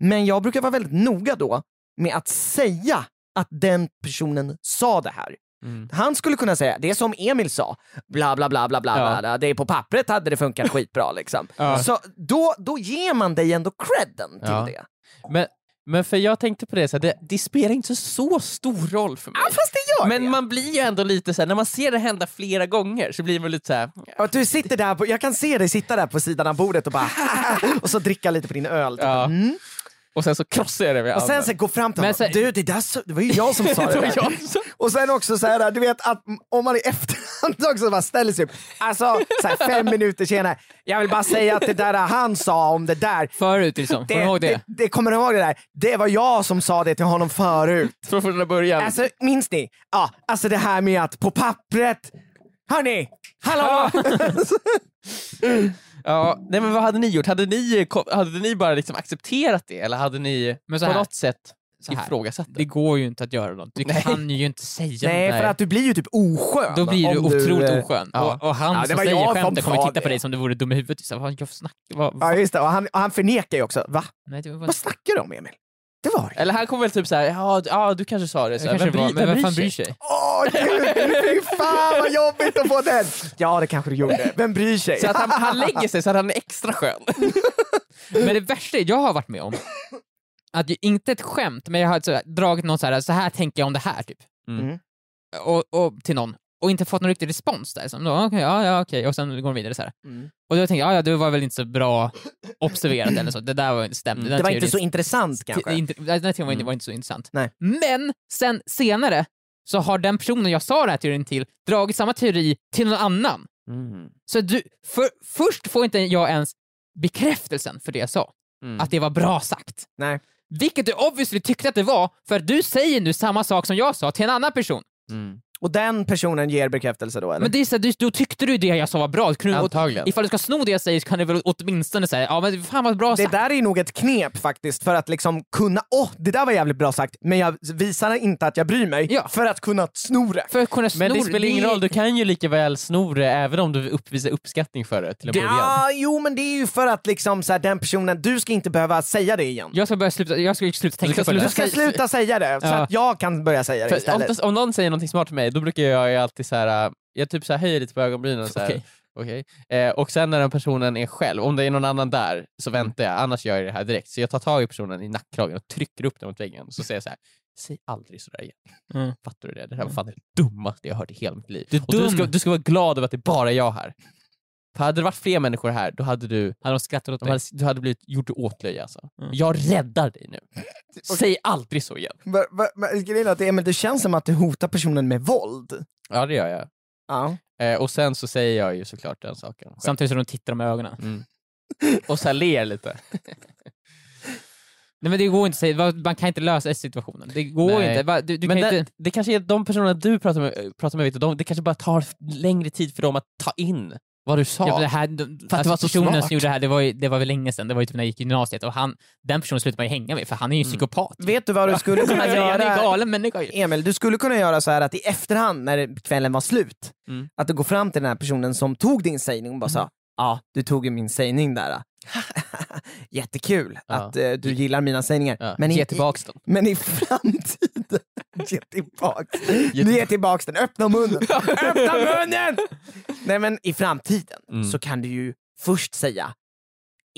C: men jag brukar vara väldigt noga då med att säga att den personen sa det här.
B: Mm.
C: Han skulle kunna säga det som Emil sa, bla bla bla bla bla, bla, bla. det är på pappret hade det funkat skitbra liksom.
B: Ja.
C: Så då, då ger man dig ändå credden till
B: Ja.
C: det.
B: Men, men för jag tänkte på det, så här, det, det spelar inte så stor roll för mig.
C: Ja, fast det gör
B: men
C: det.
B: man blir ju ändå lite såhär, när man ser det hända flera gånger så blir man lite såhär,
C: Och att du sitter där på, jag kan se dig sitta där på sidan av bordet och bara och så dricka lite på din öl. typ.
B: Ja.
C: Mm.
B: och sen så krossar jag det med
C: Och sen
B: handen.
C: så gå fram till
D: Men
C: honom.
D: så-
C: Du, det, där, så- det var ju jag som sa det
B: Det var
C: där.
B: jag som-
C: Och sen också så här, du vet att om man i efterhand också bara ställer sig upp. Alltså så här, fem minuter senare, jag vill bara säga att det där han sa om det där,
D: Förut liksom, kommer du ihåg det?
C: det? Kommer du ihåg det där? Det var jag som sa det till honom förut.
B: Från första början.
C: Alltså, minns ni? Ja, alltså det här med att på pappret... Hörni! Hallå!
B: Ja, nej men vad hade ni gjort? Hade ni, ko- hade ni bara liksom accepterat det eller hade ni
D: Men så
B: på
D: här.
B: något sätt
D: Så här.
B: ifrågasatt det?
D: Det går ju inte att göra något. Du kan ju inte säga
C: Nej,
D: något.
C: för att du blir ju typ oskön.
D: Då blir du
C: om
D: otroligt
C: eh,
D: oskön.
B: ja.
D: Och, och han
C: Ja, det
D: som
C: var jag
D: säger
C: som
D: skämtet kommer
C: sa
D: titta
C: det.
D: på dig som du vore dum i huvudet. Så, här, vad jag snackar... Vad,
C: Ja, just det. Och han, och han förnekar ju också. Va?
D: nej, det var,
C: Vad snackar du om, Emil? Det var det.
B: Eller han kommer väl typ såhär, ja, d- ja du kanske sa det, så
D: det
B: här,
D: kanske
B: men,
D: det var,
B: bry,
D: men vem fan bryr
B: sig?
D: sig?
C: Åh, gud! Fy fan vad jobbigt att få den! Ja, det kanske du gjorde. Vem bryr sig?
B: Så att han, han lägger sig så att han är extra skön.
D: Men det värsta jag har varit med om, att ju, inte ett skämt, men jag har så, dragit någon så här, så här tänker jag om det här typ.
B: Mm.
C: Mm.
D: Och, och, till någon. Och inte fått någon riktig respons där. Så, ja, okej, ja, ja, okej. Och sen går de vidare så här.
C: Mm.
D: Och då tänkte jag, "Ah, ja, ja, det var väl inte så bra observerat eller så. Det där var inte stämde. Den
C: Mm. det var
D: teorin
C: inte så intressant kanske.
D: Inte, den här teorin var inte,
B: Mm.
D: var inte så intressant.
C: Nej.
D: Men sen senare så har den personen jag sa den här teorin till dragit samma teori till någon annan.
B: Mm,
D: Så du, för, först får inte jag ens bekräftelsen för det jag sa,
B: Mm.
D: att det var bra sagt.
C: Nej.
B: mm.
D: Vilket du obviously tyckte att det var, för du säger nu samma sak som jag sa till en annan person.
C: Och den personen ger bekräftelse då eller?
D: Men det är så här, du- då tyckte du det jag sa var bra. Då Kunde, du-
B: Antagligen.
D: ifall du ska sno det jag säger så kan du väl åtminstone säga ja men fan vad bra
C: det
D: sagt.
C: där är nog ett knep faktiskt för att liksom kunna, åh det där var jävligt bra sagt, men jag visar inte att jag bryr mig
D: Ja.
C: för att kunna sno det.
D: För att kunna sno
B: Men det spelar ingen roll, du kan ju lika väl sno det även om du uppvisar uppskattning för det till en början.
C: Ja, jo men det är ju för att liksom så här, den personen, du ska inte behöva säga det igen.
D: Jag ska börja sluta, jag ska ju sluta
B: ska
D: tänka på
B: sluta
D: det.
C: Du ska
B: säg-
C: sluta säga det så
D: Ja.
C: att jag kan börja säga det
B: För
C: istället.
B: oftast, om någon säger någonting smart till mig, då brukar jag ju alltid så här, äh, jag typ så här höjer lite på ögonbrynen och så här.
D: Okej.
B: okej. Eh, och sen när den personen är själv, om det är någon annan där, så
D: Mm.
B: väntar jag. Annars gör jag det här direkt. Så jag tar tag i personen i nackkragen och trycker upp den mot väggen. Så säger jag så här, säg aldrig sådär igen.
D: Mm.
B: Fattar du det? Det här var fan det dummaste jag hört i hela mitt liv.
D: Du är
B: och du
D: dum.
B: ska, du ska vara glad över att det är bara är jag här. För hade det varit fler människor här, då hade du,
D: Hade de skrattat åt
B: de
D: mig?
B: hade, du hade blivit gjort åtlöje alltså.
D: Mm.
B: Jag räddar dig nu. Säg aldrig så igen.
C: Va- va- va- Grejen är att Emil, det känns som att du hotar personen med våld.
B: Ja, det gör jag.
C: Ja.
B: Eh, och sen så säger jag ju såklart den saken. själv.
D: Samtidigt som de tittar med ögonen.
B: och så här ler lite.
D: Nej men det går inte att säga, vad- man kan inte lösa situationen. Det går
B: Nej.
D: ju inte. Va- Du, du
B: Men
D: kan
B: det,
D: inte...
B: det kanske är de personerna du pratar med, eh, pratar med Victor, de, det kanske bara tar längre tid för dem att ta in vad du sa.
D: Ja, men det här, de, alltså,
B: det var så
D: personen
B: smart.
D: som gjorde det här, det var, ju, det var väl länge sedan, det var ju typ när jag gick i gymnasiet och han, den personen slutade man ju hänga med för han är ju
B: Mm.
D: en psykopat.
C: Vet du vad du skulle kunna
D: Alltså, Han är en
C: göra?
D: galen människa ju.
C: Emil, du skulle kunna göra så här att i efterhand när kvällen var slut,
B: Mm.
C: att du går fram till den här personen som tog din sägning och bara sa ja, du tog ju min sägning där. Jättekul
B: Ja.
C: att eh, du gillar mina sägningar.
B: Ja.
C: Men, i,
B: Ge
C: i,
B: tillbaks den.
C: men i framtiden, ge tillbaks. Ge tillbaks den, öppna munnen. öppna munnen! Nej men i framtiden
B: Mm.
C: så kan du ju först säga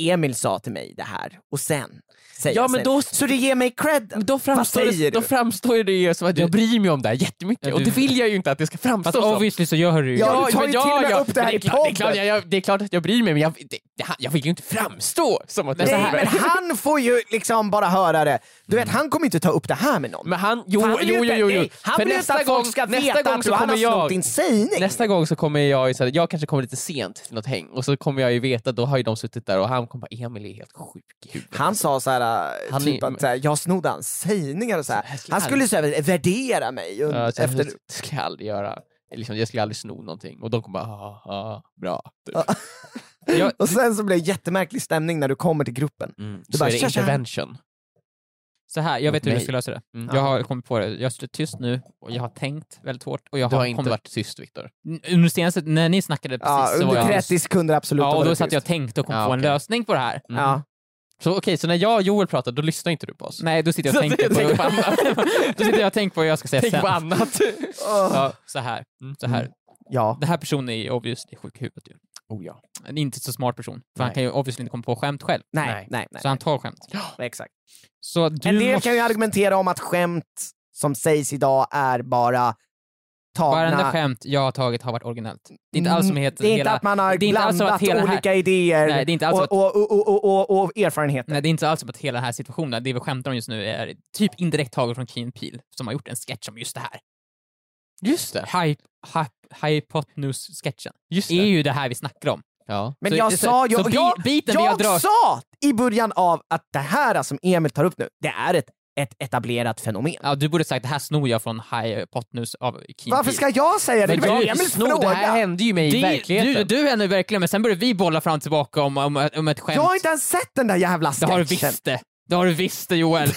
C: Emil sa till mig det här och sen säga
B: Ja, men
C: sägning.
B: då-
C: Så du ger mig credden.
B: Då framstår, det,
C: säger
B: då
C: du?
B: framstår det ju som att jag bryr mig om det här jättemycket
D: Ja,
B: och
D: du-
B: det vill jag ju inte att det ska framstå
D: Fast
B: som.
D: obviously så gör du ju
C: Ja, du tar ju
B: men
C: till och med upp det här
B: men
C: i
B: är klart, det, är klart,
C: podden.
B: jag, jag, det är klart att jag bryr mig men jag, det, det, jag vill ju inte framstå som att jag
C: Nej,
B: bryr mig.
C: men han får ju liksom bara höra det. Du vet, han kommer inte ta upp det här med någon.
B: Mm. Men han, jo,
C: För han vill
B: jo,
C: ju
B: jo,
C: inte-
B: jo, jo.
C: nej, Han
B: För
C: vill nästa
B: nästa
C: att folk
B: gång-
C: ska
B: nästa
C: veta
B: gång
C: att
B: så
C: du han
B: kommer
C: har snott
B: jag-
C: din sägning.
B: Nästa gång så kommer jag ju, så här, jag kanske kommer lite sent till något häng och så kommer jag ju veta, då har ju de suttit där och han kommer bara Emil är helt sjuk i huvudet.
C: Han sa så här, äh,
B: Han
C: typ
B: är-
C: att så här, jag snodde hans sägningar och så här.
B: Så här
C: Han skulle så här, värdera mig. och-
B: Ja, så här,
C: efter...
B: Det ska jag aldrig göra. Liksom, jag skulle aldrig sno någonting och de kommer bara ah, ah, bra. Typ.
C: Och sen så blir det jättemärklig stämning när du kommer till gruppen.
B: Mm.
C: Du
B: Så
C: bara,
B: är det
C: "Tja, tja."
B: intervention.
D: Så här, jag vet hur
B: mig.
D: jag ska lösa det.
B: Mm.
D: Jag har kommit på det. Jag har suttit tyst nu och jag har tänkt väldigt hårt. Och jag
B: Du
D: har
B: har inte
D: kommit...
B: varit tyst Viktor.
D: Under senaste, när ni snackade precis
C: Ja,
D: så var
C: under
D: jag...
C: 30 sekunder absolut.
D: Ja,
C: var
D: och
C: det
D: då satt jag
C: tyst.
D: och tänkte och kom
B: Ja,
D: på en
B: okej.
D: lösning på det här.
B: Mm.
C: Ja.
B: Så okej, så när jag och Joel pratar då lyssnar inte du på oss?
D: Nej, då sitter jag
B: Så
D: och tänker
B: jag
D: på...
B: tänker på annat.
D: då sitter jag och tänker på vad jag ska säga
B: Tänk
D: sen.
B: på annat.
C: Åh.
D: Ja, Mm. så här. Så här.
C: Ja.
D: Den här personen är ju obviously sjuk i huvudet ju.
B: Oh, ja.
D: En inte så smart person. För han
B: Nej.
D: kan ju obviously inte komma på skämt själv.
C: Nej, nej, nej.
D: Så han tar skämt.
C: Exakt.
D: Så du
C: En del
D: måste...
C: kan ju argumentera om att skämt som sägs idag är bara
D: Varenda
C: tagna... Mm,
D: skämt jag har tagit har varit originellt. Mm, Det är inte alls som heter
C: Det är inte
D: hela...
C: att man har
D: det är inte alls som
C: blandat
D: att hela här-
C: olika idéer
D: Nej, det är inte alls som
C: och, och, och, och, och, och erfarenheter.
D: Nej, det är inte alls som att hela den här situationen, det vi skämtar om just nu, är typ indirekt taget från Keen Peel som har gjort en sketch om just det här.
B: Just det.
D: Hype, hype, hypotenus-sketchen
B: Just
D: är
B: det.
D: ju det här vi snackar om.
B: Ja.
C: Men
D: Så-
C: jag
D: så-
C: sa ju...
D: så bi-
C: jag
D: biten vi har
C: jag
D: drar-
C: sa i början av att det här som Emil tar upp nu, det är ett, ett etablerat fenomen.
D: Ja, du borde sagt det här snor jag från hypotenus av Keen
C: Varför ska jag säga det?
B: Men
C: det var
B: jag
C: Emils
B: snor, det
C: fråga.
B: här hände ju mig i
D: det,
B: verkligheten.
D: du, du är nu verkligen, men sen börjar vi bolla fram och tillbaka om, om, om ett skämt.
C: Jag har inte ens sett den där jävla
D: Det
C: sketchen.
D: har du visst det. Det har du visst det Joel.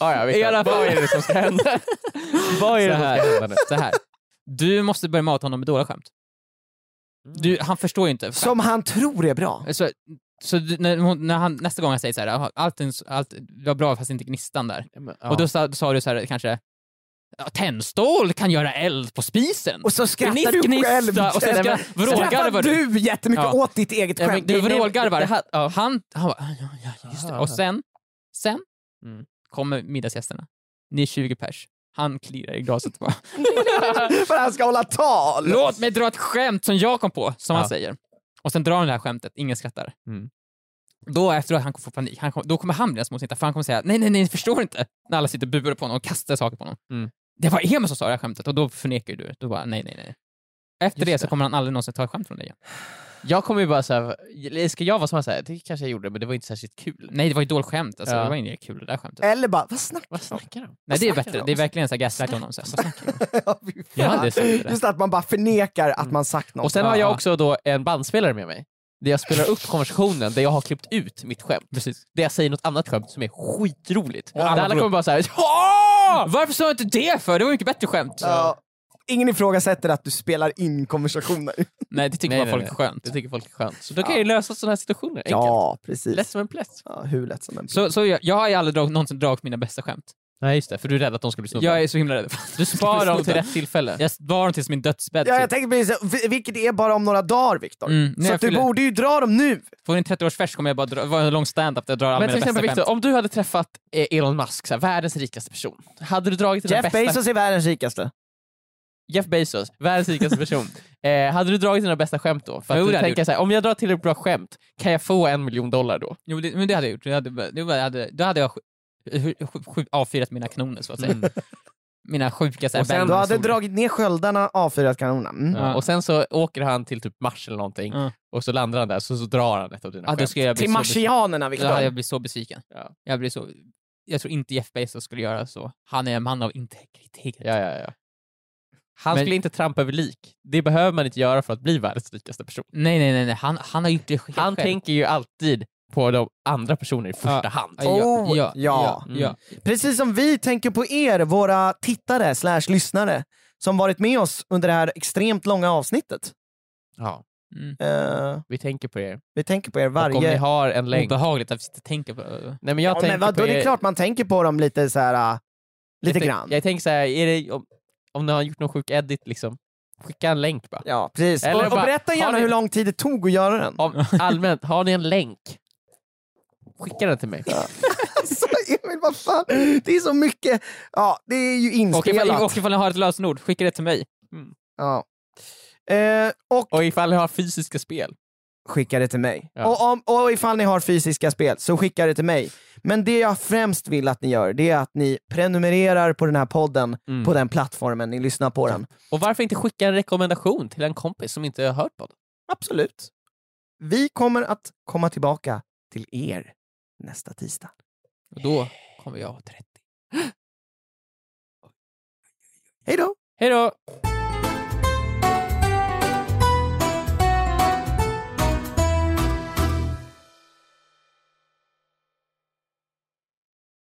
B: ah, ja, Viktor,
D: I alla fall.
B: Vad är det som ska hända? Vad är det
D: Så
B: som
D: här.
B: ska hända nu?
D: Så här. Du måste börja mata honom med dåliga skämt.
B: Mm.
D: Du, han förstår ju inte. skämt.
C: Som han tror är bra.
D: Så, så du, när, hon- när han, nästa gång han säger så här, "Jaha, allting, allt var bra fast inte gnistan där.
B: Ja, men,
D: Och då sa, sa du så här kanske, "Ja, tändstål kan göra eld på spisen.
C: Och så skrattar
D: Gniss,
C: du
D: gnissa,
C: själv.
D: och sen ska-
C: skrattar
D: vrålgarvar du.
C: du jättemycket
D: Ja.
C: åt ditt eget
D: Ja, men
C: skämt.
D: du
C: Nej, men-
D: vrålgarvar.
B: det här- ja.
D: Han, han bara, "Ja, ja, ja, just det. Och sen, sen
B: Mm.
D: kommer middagsgästerna. Ni är 20 pers. Han kliar i glaset bara.
C: För han ska hålla tal.
D: Låt mig dra ett skämt som jag kom på, som
B: Ja.
D: han säger. Och sen drar han det här skämtet, ingen skrattar.
B: Mm.
D: Då efteråt han kommer få panik, han kommer, då kommer han bli den som måste hitta, för han kommer säga nej, nej, nej, ni förstår inte. När alla sitter och burar på honom och kastar saker på honom.
B: Mm.
D: Det var Emil som sa det här skämtet och då förnekar ju du det. Då bara nej, nej, nej. Efter
B: Just
D: det så
B: det.
D: kommer han aldrig någonsin ta ett skämt från dig igen.
B: Jag kommer ju bara såhär, ska jag vara som han säger? Det kanske jag gjorde, men det var inte särskilt kul.
D: Nej, det var ju dåligt skämt. Alltså,
B: Ja.
D: Det var inget kul det där skämtet.
C: Eller bara, vad snackar
B: Vad snackar de?
D: Nej, det är
B: snackar
D: bättre.
B: de?
D: Det är verkligen så här gaslight honom sen.
C: jag om? Fy fan.
D: Jag hade sagt det.
C: Just att man bara förnekar att man sagt något.
B: Och sen har
D: Ja.
B: jag också då en bandspelare med mig. Där jag spelar upp konversationen där jag har klippt ut mitt skämt.
D: Precis.
B: Där jag säger något annat skämt som är skitroligt.
D: Och
B: Där
D: alla
B: alla
D: går
B: kommer bara såhär Mm.
D: Åh! Varför sa jag inte det för? Det var ju mycket bättre skämt.
C: Ja. ingen ifrågasätter att du spelar in konversationer.
D: Nej, det tycker bara
B: Nej, nej,
D: folk
B: nej.
D: är skönt.
B: Det tycker folk är skönt. Så då kan jag ju lösa sådana här situationer enkelt.
C: Ja, precis.
B: Lätt som en plätt.
C: Ja, hur lätt som en
D: Så, så jag, jag har ju aldrig drag, någonsin dragit mina bästa skämt.
B: Nej just det, för du är rädd att de ska bli snodda.
D: Jag är så himla rädd. för att-
B: Du sparar dem till rätt tillfälle.
D: Jag sparar dem tills min dödsbädd.
C: Ja,
D: typ.
C: jag tänkte precis, vi- vilket är bara om några dagar Viktor.
D: Mm, när
C: så
D: jag
C: att du
D: fyller-
C: borde ju dra dem nu.
D: På min 30-årsfest kommer jag bara dra, vara en lång stand-up där jag drar alla
B: Men
D: mina
B: till
D: bästa
B: exempel
D: skämt.
B: Victor, om du hade träffat eh, Elon Musk, så här, världens rikaste person. Hade du dragit dina
C: Jeff
B: bästa...
C: Bezos är världens rikaste.
B: Jeff Bezos, världens rikaste person. eh, hade du dragit dina bästa skämt då? För
D: Jo,
B: att
D: det hade
B: du
D: jag
B: tänker så här, om jag drar tillräckligt bra skämt, kan jag få en miljon dollar då?
D: Jo, det, men det hade jag gjort. Det hade, det hade, då hade jag sj- sj- sj- avfyrat mina kanoner så att säga. Mina sjuka så här
B: Mm. Och sen-
D: band-
C: Du hade
D: historier.
C: dragit ner sköldarna, avfyrat kanonerna. Mm.
B: Ja. Och sen så åker han till typ Mars eller någonting
D: Ja.
B: och så landar han där så, så drar han ett av dina
D: Ja, då
B: skämt.
D: ska jag bli
C: Till
D: så
C: marsianerna
D: besviken. Då hade
C: Viktor.
D: jag blivit så besviken.
B: Ja.
D: Jag, blir så, jag tror inte Jeff Bezos skulle göra så. Han är en man av integritet.
B: Ja, ja, ja. Han
D: Men-
B: skulle inte trampa över lik. Det behöver man inte göra för att bli världens rikaste person.
D: Nej, nej, nej, nej. Han, han har gjort det helt
B: Han
D: själv.
B: tänker ju alltid på de andra personerna i första
D: Ja.
B: hand.
D: Ja,
C: Oh,
D: ja,
C: ja.
D: ja,
B: Mm.
D: ja.
C: Precis som vi tänker på er, våra tittare slash lyssnare som varit med oss under det här extremt långa avsnittet.
B: Ja,
C: Eh,
B: vi tänker på er.
C: vi tänker på er
B: Mm. Och om
C: varje...
B: ni har en länk...
D: Obehagligt att vi sitter och tänker på.
B: Nej, men jag
C: Ja,
B: tänker
C: men vadå,
B: på
C: det är
B: er-
C: klart man tänker på dem lite så här, eh, lite
B: jag tänk-
C: grann.
B: Jag tänker så här, är det, om, om ni har gjort någon sjuk edit, liksom, skicka en länk bara.
C: Ja, precis.
B: Eller
C: och, och
B: bara,
C: berätta
B: har
C: gärna
B: ni-
C: hur lång tid det tog att göra den.
B: Om, allmänt, har ni en länk, skicka den till mig.
C: Alltså Emil, vad fan? Det är så mycket. Ja, det är ju
D: Och ifall,
C: inspelat.
D: och ifall ni har ett lösenord, skicka det till mig.
C: Ja. Eh, och
B: Och ifall ni har fysiska spel,
C: skicka det till mig.
B: Ja.
C: Och, om, och ifall ni har fysiska spel, så skicka det till mig. Men det jag främst vill att ni gör, det är att ni prenumererar på den här podden
B: Mm.
C: på den plattformen ni lyssnar på den.
B: Och varför inte skicka en rekommendation till en kompis som inte har hört på det?
C: Absolut. Vi kommer att komma tillbaka till er nästa tisdag.
D: Och då kommer jag ha 30.
C: Hej då!
B: Hej då!